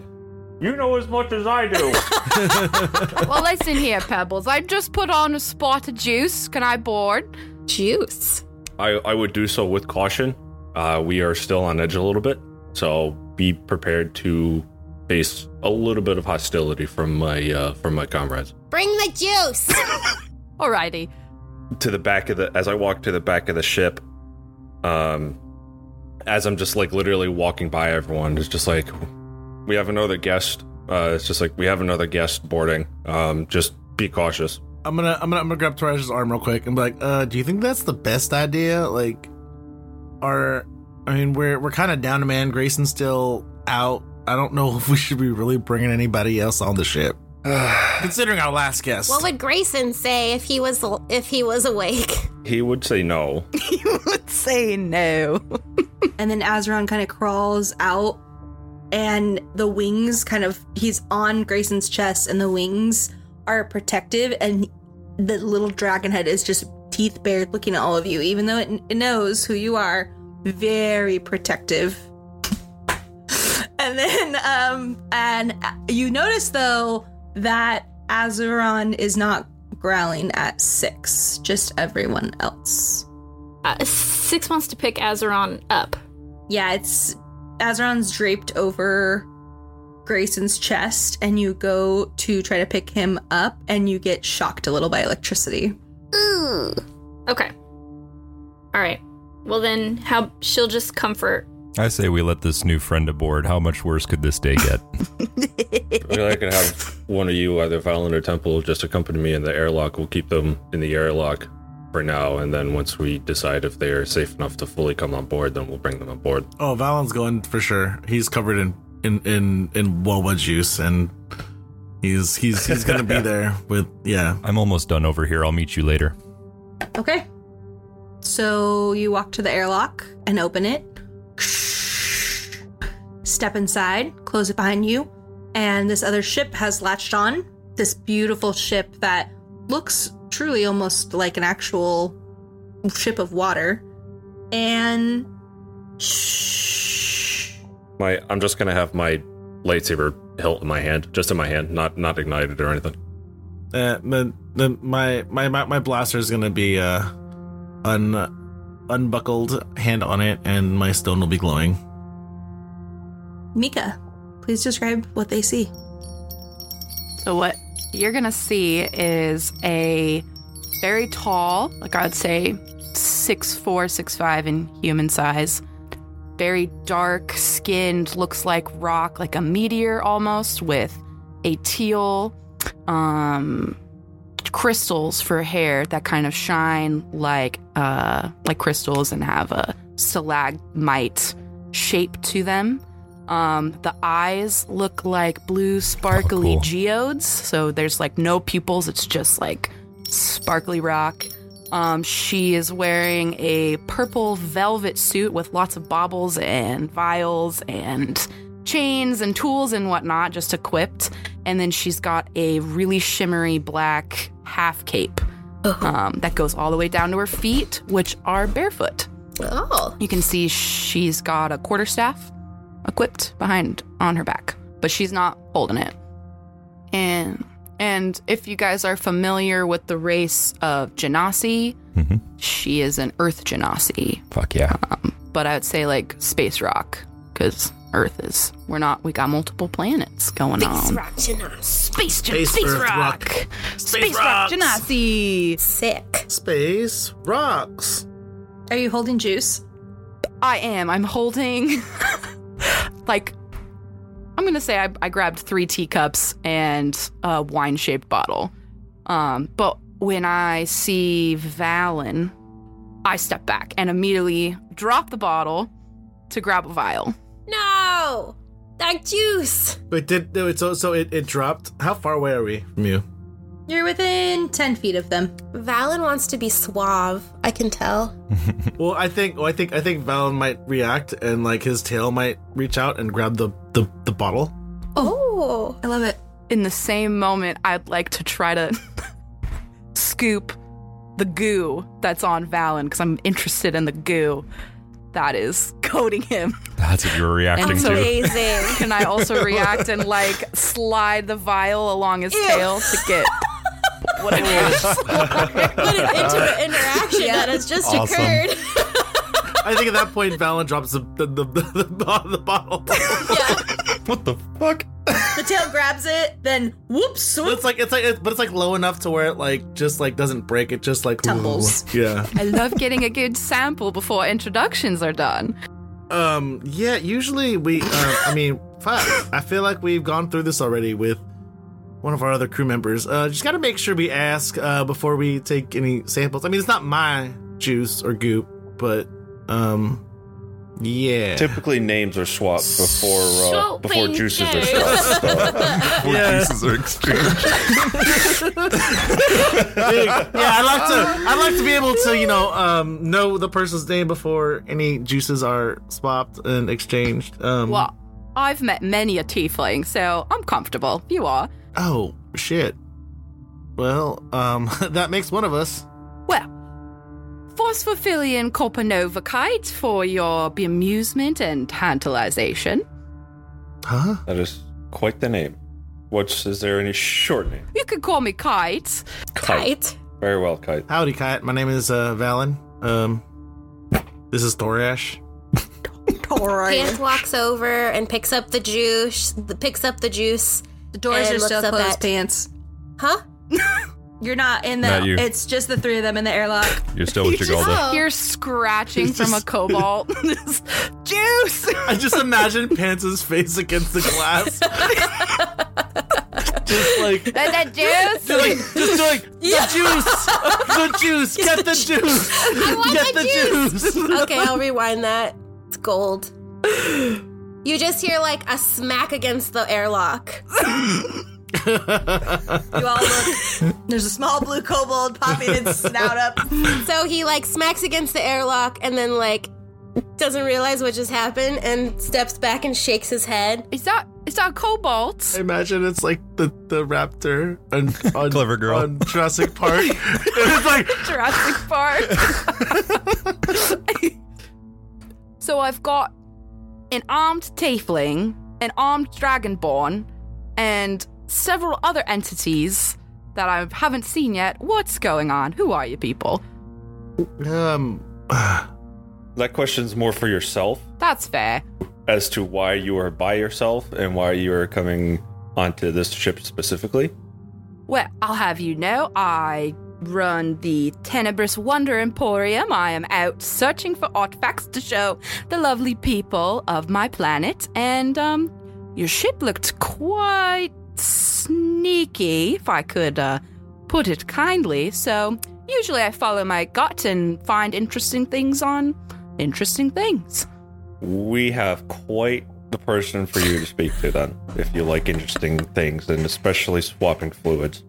[SPEAKER 2] You know as much as I do.
[SPEAKER 8] well, listen here, Pebbles. I just put on a spot of juice. Can I board? Juice.
[SPEAKER 2] I, I would do so with caution. Uh, we are still on edge a little bit, so be prepared to face a little bit of hostility from my uh, from my comrades.
[SPEAKER 4] Bring the juice.
[SPEAKER 8] Alrighty.
[SPEAKER 2] To the back of the as I walk to the back of the ship, um, as I'm just like literally walking by everyone, it's just like we have another guest. Uh, it's just like we have another guest boarding. Um, just be cautious.
[SPEAKER 5] I'm gonna I'm gonna I'm gonna grab Tarash's arm real quick and be like, uh, do you think that's the best idea? Like are I mean we're we're kinda down to man, Grayson's still out. I don't know if we should be really bringing anybody else on the ship. Considering our last guest.
[SPEAKER 4] What would Grayson say if he was if he was awake?
[SPEAKER 2] He would say no.
[SPEAKER 8] would say no.
[SPEAKER 11] and then Azron kind of crawls out, and the wings kind of, he's on Grayson's chest, and the wings are protective, and the little dragon head is just teeth bared looking at all of you, even though it, it knows who you are. Very protective. and then, um, and you notice though that Azeron is not growling at six, just everyone else.
[SPEAKER 3] Uh, six wants to pick Azeron up.
[SPEAKER 11] Yeah, it's Azeron's draped over Grayson's chest, and you go to try to pick him up, and you get shocked a little by electricity.
[SPEAKER 3] Ooh. Okay. All right. Well then, how she'll just comfort.
[SPEAKER 6] I say we let this new friend aboard. How much worse could this day get?
[SPEAKER 2] Maybe I can have one of you, either Valen or Temple, just accompany me in the airlock. We'll keep them in the airlock for now, and then once we decide if they are safe enough to fully come on board, then we'll bring them aboard.
[SPEAKER 5] Oh, Valen's going for sure. He's covered in in in, in Wawa juice, and he's he's he's gonna be there with yeah.
[SPEAKER 6] I'm almost done over here. I'll meet you later.
[SPEAKER 11] Okay. So you walk to the airlock and open it. Step inside, close it behind you, and this other ship has latched on. This beautiful ship that looks truly almost like an actual ship of water. And
[SPEAKER 2] My, I'm just gonna have my lightsaber hilt in my hand, just in my hand, not not ignited or anything.
[SPEAKER 5] Uh, the, the, my my my my blaster is gonna be uh un unbuckled hand on it, and my stone will be glowing.
[SPEAKER 11] Mika, please describe what they see.
[SPEAKER 8] So what you're gonna see is a very tall, like I'd say six four, six five in human size. Very dark skinned, looks like rock, like a meteor almost, with a teal um crystals for hair that kind of shine like uh like crystals and have a stalagmite shape to them. Um, the eyes look like blue sparkly
[SPEAKER 6] cool.
[SPEAKER 8] geodes, so there's like no pupils, it's just like sparkly rock. Um, she is wearing a purple velvet suit with lots of baubles and vials and chains and tools and whatnot, just equipped. And then she's got a really shimmery black half cape um, that goes all the way down to her feet, which are barefoot.
[SPEAKER 4] Oh.
[SPEAKER 8] You can see she's got a quarterstaff equipped behind on her back, but she's not holding it. And and if you guys are familiar with the race of Genasi, she is an Earth Genasi,
[SPEAKER 6] Fuck yeah.
[SPEAKER 8] but I would say like space rock because Earth is we're not we got multiple planets going on.
[SPEAKER 4] rock Janas.
[SPEAKER 8] Space, Gen-
[SPEAKER 5] Space
[SPEAKER 8] space
[SPEAKER 5] Earth
[SPEAKER 8] rock.
[SPEAKER 5] rock.
[SPEAKER 8] space, rock Genasi.
[SPEAKER 4] Sick.
[SPEAKER 5] Space rocks.
[SPEAKER 11] Are you holding juice?
[SPEAKER 8] I am. I'm holding, like, I'm gonna say I, I grabbed three teacups and a wine-shaped bottle. Um, but when I see Valen, I step back and immediately drop the bottle to grab a vial.
[SPEAKER 4] No. That juice.
[SPEAKER 5] Wait, did no, it's so so it, it dropped. How far away are we from you?
[SPEAKER 11] You're within 10 feet of them.
[SPEAKER 4] Valen wants to be suave. I can tell.
[SPEAKER 5] Well, I think well, I think I think Valen might react and like his tail might reach out and grab the the, the bottle.
[SPEAKER 4] Oh.
[SPEAKER 11] I love it.
[SPEAKER 8] In the same moment, I'd like to try to scoop the goo that's on Valen because I'm interested in the goo. that is coating him.
[SPEAKER 6] That's what you were reacting to.
[SPEAKER 8] Can I also react and like slide the vial along his tail to get what it is?
[SPEAKER 3] What an intimate interaction that has just
[SPEAKER 5] Awesome.
[SPEAKER 3] occurred.
[SPEAKER 5] I think at that point, Valen drops the the, the, the, bo- the bottle.
[SPEAKER 6] what the fuck?
[SPEAKER 11] The tail grabs it, then whoops.
[SPEAKER 5] But it's like it's like, it's, but it's like low enough to where it like just like doesn't break. It just like
[SPEAKER 11] Tumbles.
[SPEAKER 5] ooh, Yeah.
[SPEAKER 8] I love getting a good sample before introductions are done.
[SPEAKER 5] Um. Yeah. Usually we. Uh, I mean, fuck. I feel like we've gone through this already with one of our other crew members. Uh, just gotta make sure we ask uh, before we take any samples. I mean, it's not my juice or goop, but um, yeah.
[SPEAKER 2] Typically, names are swapped before uh,
[SPEAKER 3] So
[SPEAKER 2] before
[SPEAKER 3] we
[SPEAKER 2] juices are
[SPEAKER 3] did.
[SPEAKER 2] swapped.
[SPEAKER 5] Yeah.
[SPEAKER 6] Juices are exchanged.
[SPEAKER 5] yeah, I'd like to. I'd like to be able to, you know, um, know the person's name before any juices are swapped and exchanged. Um,
[SPEAKER 8] Well, I've met many a tiefling, so I'm comfortable. You are.
[SPEAKER 5] Oh shit. Well, um, that makes one of us.
[SPEAKER 8] Well, Phosphophylian Copanovacite for your bemusement and tantalization.
[SPEAKER 5] Huh?
[SPEAKER 2] That is quite the name. What's is there any short name?
[SPEAKER 8] You could call me Kite.
[SPEAKER 4] Kite.
[SPEAKER 2] Very well, kite.
[SPEAKER 5] Howdy, Kite. My name is uh, Valen. Um, this is Thorash.
[SPEAKER 4] Pants walks over and picks up the juice. The, picks up the juice.
[SPEAKER 11] The doors
[SPEAKER 4] and
[SPEAKER 11] are still
[SPEAKER 4] looks up
[SPEAKER 11] closed,
[SPEAKER 4] at-
[SPEAKER 11] pants.
[SPEAKER 4] Huh?
[SPEAKER 11] You're not in the.
[SPEAKER 6] Not you.
[SPEAKER 11] It's just the three of them in the airlock.
[SPEAKER 6] You're still with
[SPEAKER 4] Oh.
[SPEAKER 6] Jagalda.
[SPEAKER 8] You're scratching
[SPEAKER 5] He's
[SPEAKER 8] from a
[SPEAKER 5] just-
[SPEAKER 8] cobalt. Juice!
[SPEAKER 5] I just imagine Pants' face against the glass. just like.
[SPEAKER 8] Is that juice?
[SPEAKER 5] Just like, just like the juice, the juice, get the juice, get the, juice.
[SPEAKER 4] Okay, I'll rewind that. It's gold. You just hear like a smack against the airlock.
[SPEAKER 11] You all look. There's a small blue kobold popping its snout up.
[SPEAKER 4] So he like smacks against the airlock and then like doesn't realize what just happened and steps back and shakes his head.
[SPEAKER 8] Is that is that cobalt?
[SPEAKER 5] I imagine it's like the, the raptor on, on
[SPEAKER 6] Clever girl.
[SPEAKER 5] on Jurassic Park. it's like
[SPEAKER 8] Jurassic Park. so I've got an armed tiefling, an armed dragonborn, and several other entities that I haven't seen yet. What's going on? Who are you people?
[SPEAKER 5] um,
[SPEAKER 2] That question's more for yourself
[SPEAKER 8] That's fair.
[SPEAKER 2] as to why you are by yourself and why you are coming onto this ship specifically.
[SPEAKER 8] Well, I'll have you know, I run the Tenebrous Wonder Emporium. I am out searching for artifacts to show the lovely people of my planet, and um, your ship looked quite sneaky, if I could uh, put it kindly. So usually I follow my gut and find interesting things on interesting things.
[SPEAKER 2] We have quite the person for you to speak to then, if you like interesting things and especially swapping fluids.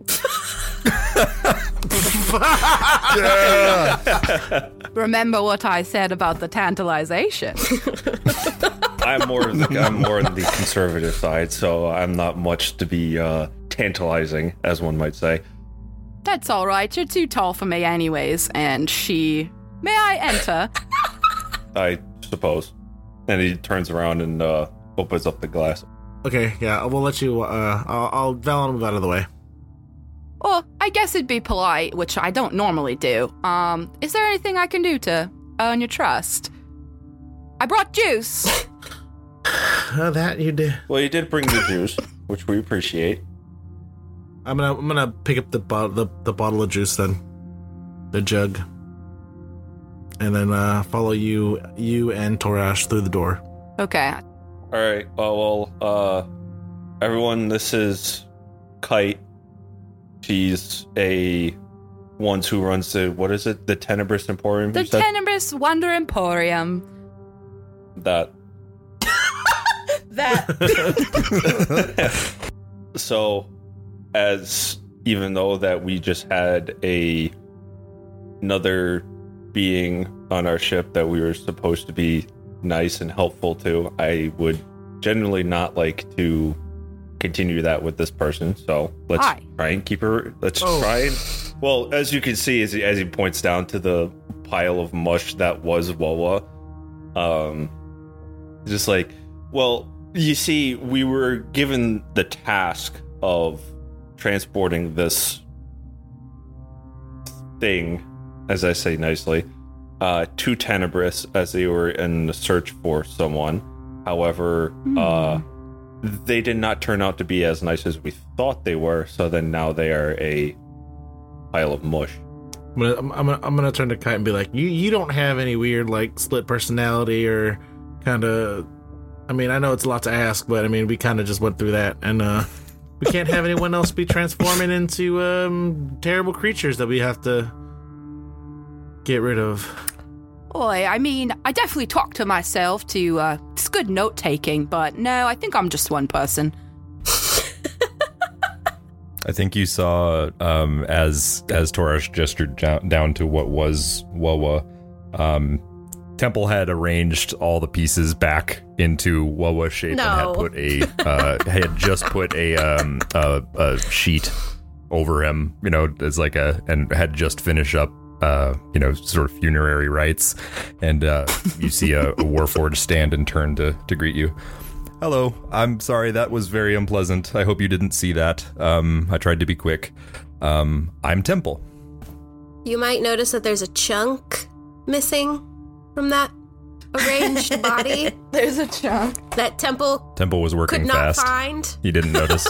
[SPEAKER 8] Remember what I said about the tantalization.
[SPEAKER 2] I'm more of the, I'm more on the conservative side, so I'm not much to be uh, tantalizing, as one might say.
[SPEAKER 8] That's all right. You're too tall for me, anyways. And she. May I enter?
[SPEAKER 2] I suppose. And he turns around and uh, opens up the glass.
[SPEAKER 5] okay, yeah, we'll let you. Uh, I'll, I'll Valen move out of the way.
[SPEAKER 8] or I guess it'd be polite, which I don't normally do. Um, is there anything I can do to earn your trust? I brought juice.
[SPEAKER 5] Uh, that you did.
[SPEAKER 2] Well, you did bring the juice, which we appreciate.
[SPEAKER 5] I'm gonna I'm gonna pick up the bottle the, the bottle of juice then, the jug, and then uh, follow you you and Torash through the door.
[SPEAKER 8] okay.
[SPEAKER 2] All right. Oh well. Uh, everyone, this is Kite. She's a ones who runs the what is it? The Tenebris Emporium.
[SPEAKER 8] The
[SPEAKER 2] Is that,
[SPEAKER 8] Tenebrous Wonder Emporium.
[SPEAKER 2] that
[SPEAKER 11] That
[SPEAKER 2] so as even though that we just had a another being on our ship that we were supposed to be nice and helpful to i would generally not like to continue that with this person so let's
[SPEAKER 8] Hi.
[SPEAKER 2] try and keep her let's
[SPEAKER 5] Oh.
[SPEAKER 2] try and well as you can see as he, as he points down to the pile of mush that was wawa Um, just like, well, you see, we were given the task of transporting this thing, as I say nicely, uh, to Tenebris as they were in the search for someone. However, uh, they did not turn out to be as nice as we thought they were. So then now they are a pile of mush.
[SPEAKER 5] I'm gonna, I'm, I'm gonna, I'm gonna turn to Kite and be like, you, you don't have any weird like split personality or kind of. I mean, I know it's a lot to ask, but I mean, we kind of just went through that, and uh, we can't have anyone else be transforming into um, terrible creatures that we have to get rid of.
[SPEAKER 8] Oi, I mean, I definitely talk to myself to, uh, it's good note taking, but no, I think I'm just one person.
[SPEAKER 6] I think you saw um, as as Torash gestured jo- down to what was Wawa. Um, Temple had arranged all the pieces back into Wawa shape
[SPEAKER 4] No.
[SPEAKER 6] and had put a uh, had just put a, um, a a sheet over him. You know, as like a and had just finished up. Uh, you know, sort of funerary rites, and uh, you see a, a Warforged stand and turn to to greet you. Hello. I'm sorry that was very unpleasant. I hope you didn't see that. Um, I tried to be quick. Um, I'm Temple.
[SPEAKER 4] You might notice that there's a chunk missing from that arranged body.
[SPEAKER 8] There's a chunk.
[SPEAKER 4] That temple
[SPEAKER 6] Temple was working
[SPEAKER 4] could not
[SPEAKER 6] fast.
[SPEAKER 4] find.
[SPEAKER 6] He didn't notice.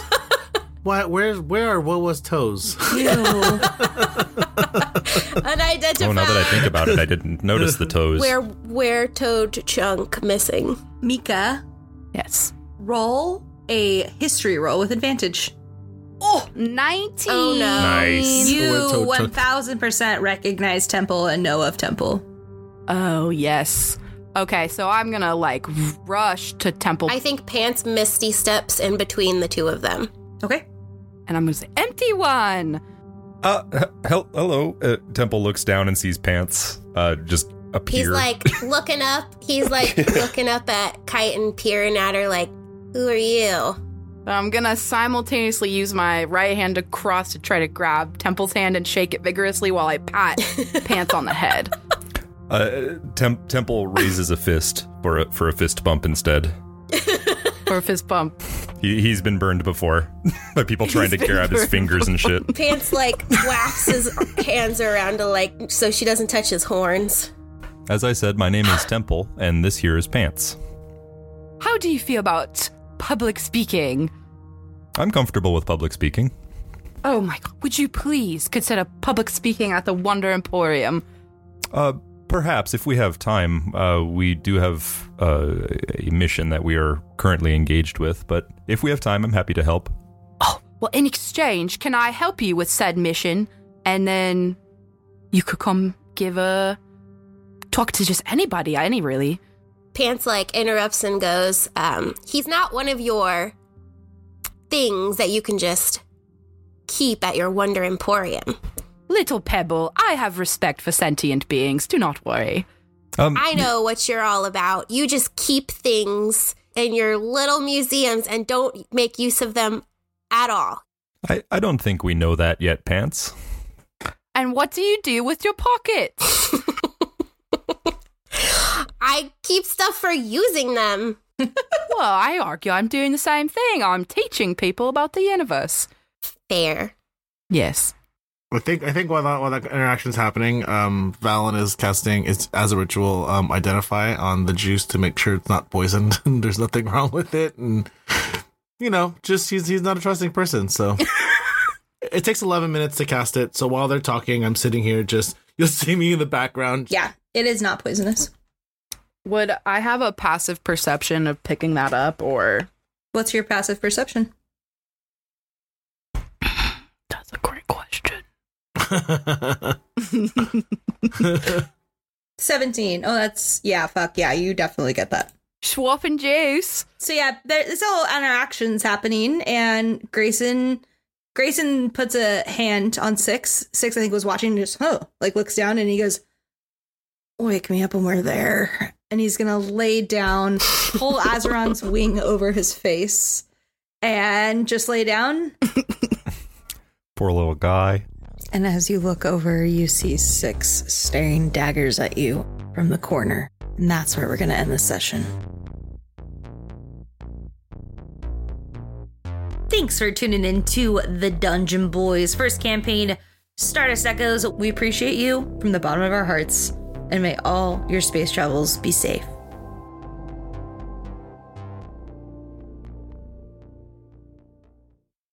[SPEAKER 5] Why? Where's where are Woa's toes?
[SPEAKER 4] Unidentified.
[SPEAKER 6] oh, now that I think about it, I didn't notice the toes.
[SPEAKER 4] Where where toad chunk missing?
[SPEAKER 11] Mika,
[SPEAKER 8] Yes.
[SPEAKER 11] roll a history roll with advantage.
[SPEAKER 8] Oh, 19.
[SPEAKER 4] Oh no.
[SPEAKER 6] Nice.
[SPEAKER 11] You
[SPEAKER 5] Where Toad took-
[SPEAKER 11] 1000% recognize Temple and know of Temple.
[SPEAKER 8] Oh, yes. Okay, so I'm gonna like rush to Temple
[SPEAKER 4] I think Pants Misty steps in between the two of them.
[SPEAKER 11] Okay.
[SPEAKER 8] and I'm gonna say, empty one.
[SPEAKER 6] Uh, hel- hello. Uh, Temple looks down and sees pants uh, just appear.
[SPEAKER 4] He's like looking up. He's like looking up at Kite and peering at her like, "Who are you?"
[SPEAKER 8] So I'm gonna simultaneously use my right hand across to try to grab Temple's hand and shake it vigorously while I pat Pants on the head.
[SPEAKER 6] uh, Tem- Temple raises a fist for a, for a fist bump instead.
[SPEAKER 8] Or fist bump.
[SPEAKER 6] He, he's been burned before by people trying to grab his fingers and shit.
[SPEAKER 4] Pants like whacks his hands around to like so she doesn't touch his horns.
[SPEAKER 6] As I said, my name is Temple, and this here is Pants.
[SPEAKER 8] How do you feel about public speaking?
[SPEAKER 6] I'm comfortable with public speaking.
[SPEAKER 8] Oh my god, would you please consider public speaking at the Wonder Emporium?
[SPEAKER 6] Uh, perhaps if we have time, uh, we do have uh, a mission that we are currently engaged with. But if we have time, I'm happy to help.
[SPEAKER 8] Well, in exchange, can I help you with said mission? And then you could come give a talk to just anybody, any really.
[SPEAKER 4] Pants like interrupts and goes, um, he's not one of your things that you can just keep at your Wonder Emporium.
[SPEAKER 8] Little Pebble, I have respect for sentient beings. Do not worry.
[SPEAKER 6] Um,
[SPEAKER 4] I know what you're all about. You just keep things in your little museums and don't make use of them at all.
[SPEAKER 6] I, I don't think we know that yet, Pants.
[SPEAKER 8] And what do you do with your pockets?
[SPEAKER 4] I keep stuff for using them.
[SPEAKER 8] well, I argue I'm doing the same thing. I'm teaching people about the universe.
[SPEAKER 4] Fair.
[SPEAKER 8] Yes.
[SPEAKER 5] I think I think while that while that interaction's happening, um, Valen is casting it's as a ritual, um, identify on the juice to make sure it's not poisoned and there's nothing wrong with it, and you know, just he's he's not a trusting person, so it takes eleven minutes to cast it. So while they're talking, I'm sitting here just you'll see me in the background.
[SPEAKER 11] Yeah, it is not poisonous.
[SPEAKER 8] Would I have a passive perception of picking that up or
[SPEAKER 11] What's your passive perception?
[SPEAKER 8] that's a great question.
[SPEAKER 11] Seventeen. Oh, that's yeah. Fuck yeah. You definitely get that.
[SPEAKER 8] Swap and juice.
[SPEAKER 11] So yeah, there- there's all interactions happening, and Grayson, Grayson puts a hand on six. Six, I think, was watching, and just oh, like looks down, and he goes, "Wake me up when we're there." And he's gonna lay down, pull Azeron's wing over his face, and just lay down.
[SPEAKER 6] Poor little guy.
[SPEAKER 1] And as you look over, you see six staring daggers at you from the corner. And that's where we're going to end this session.
[SPEAKER 7] Thanks for tuning in to the Dungeon Boys first campaign, Stardust Echoes. We appreciate you from the bottom of our hearts, and may all your space travels be safe.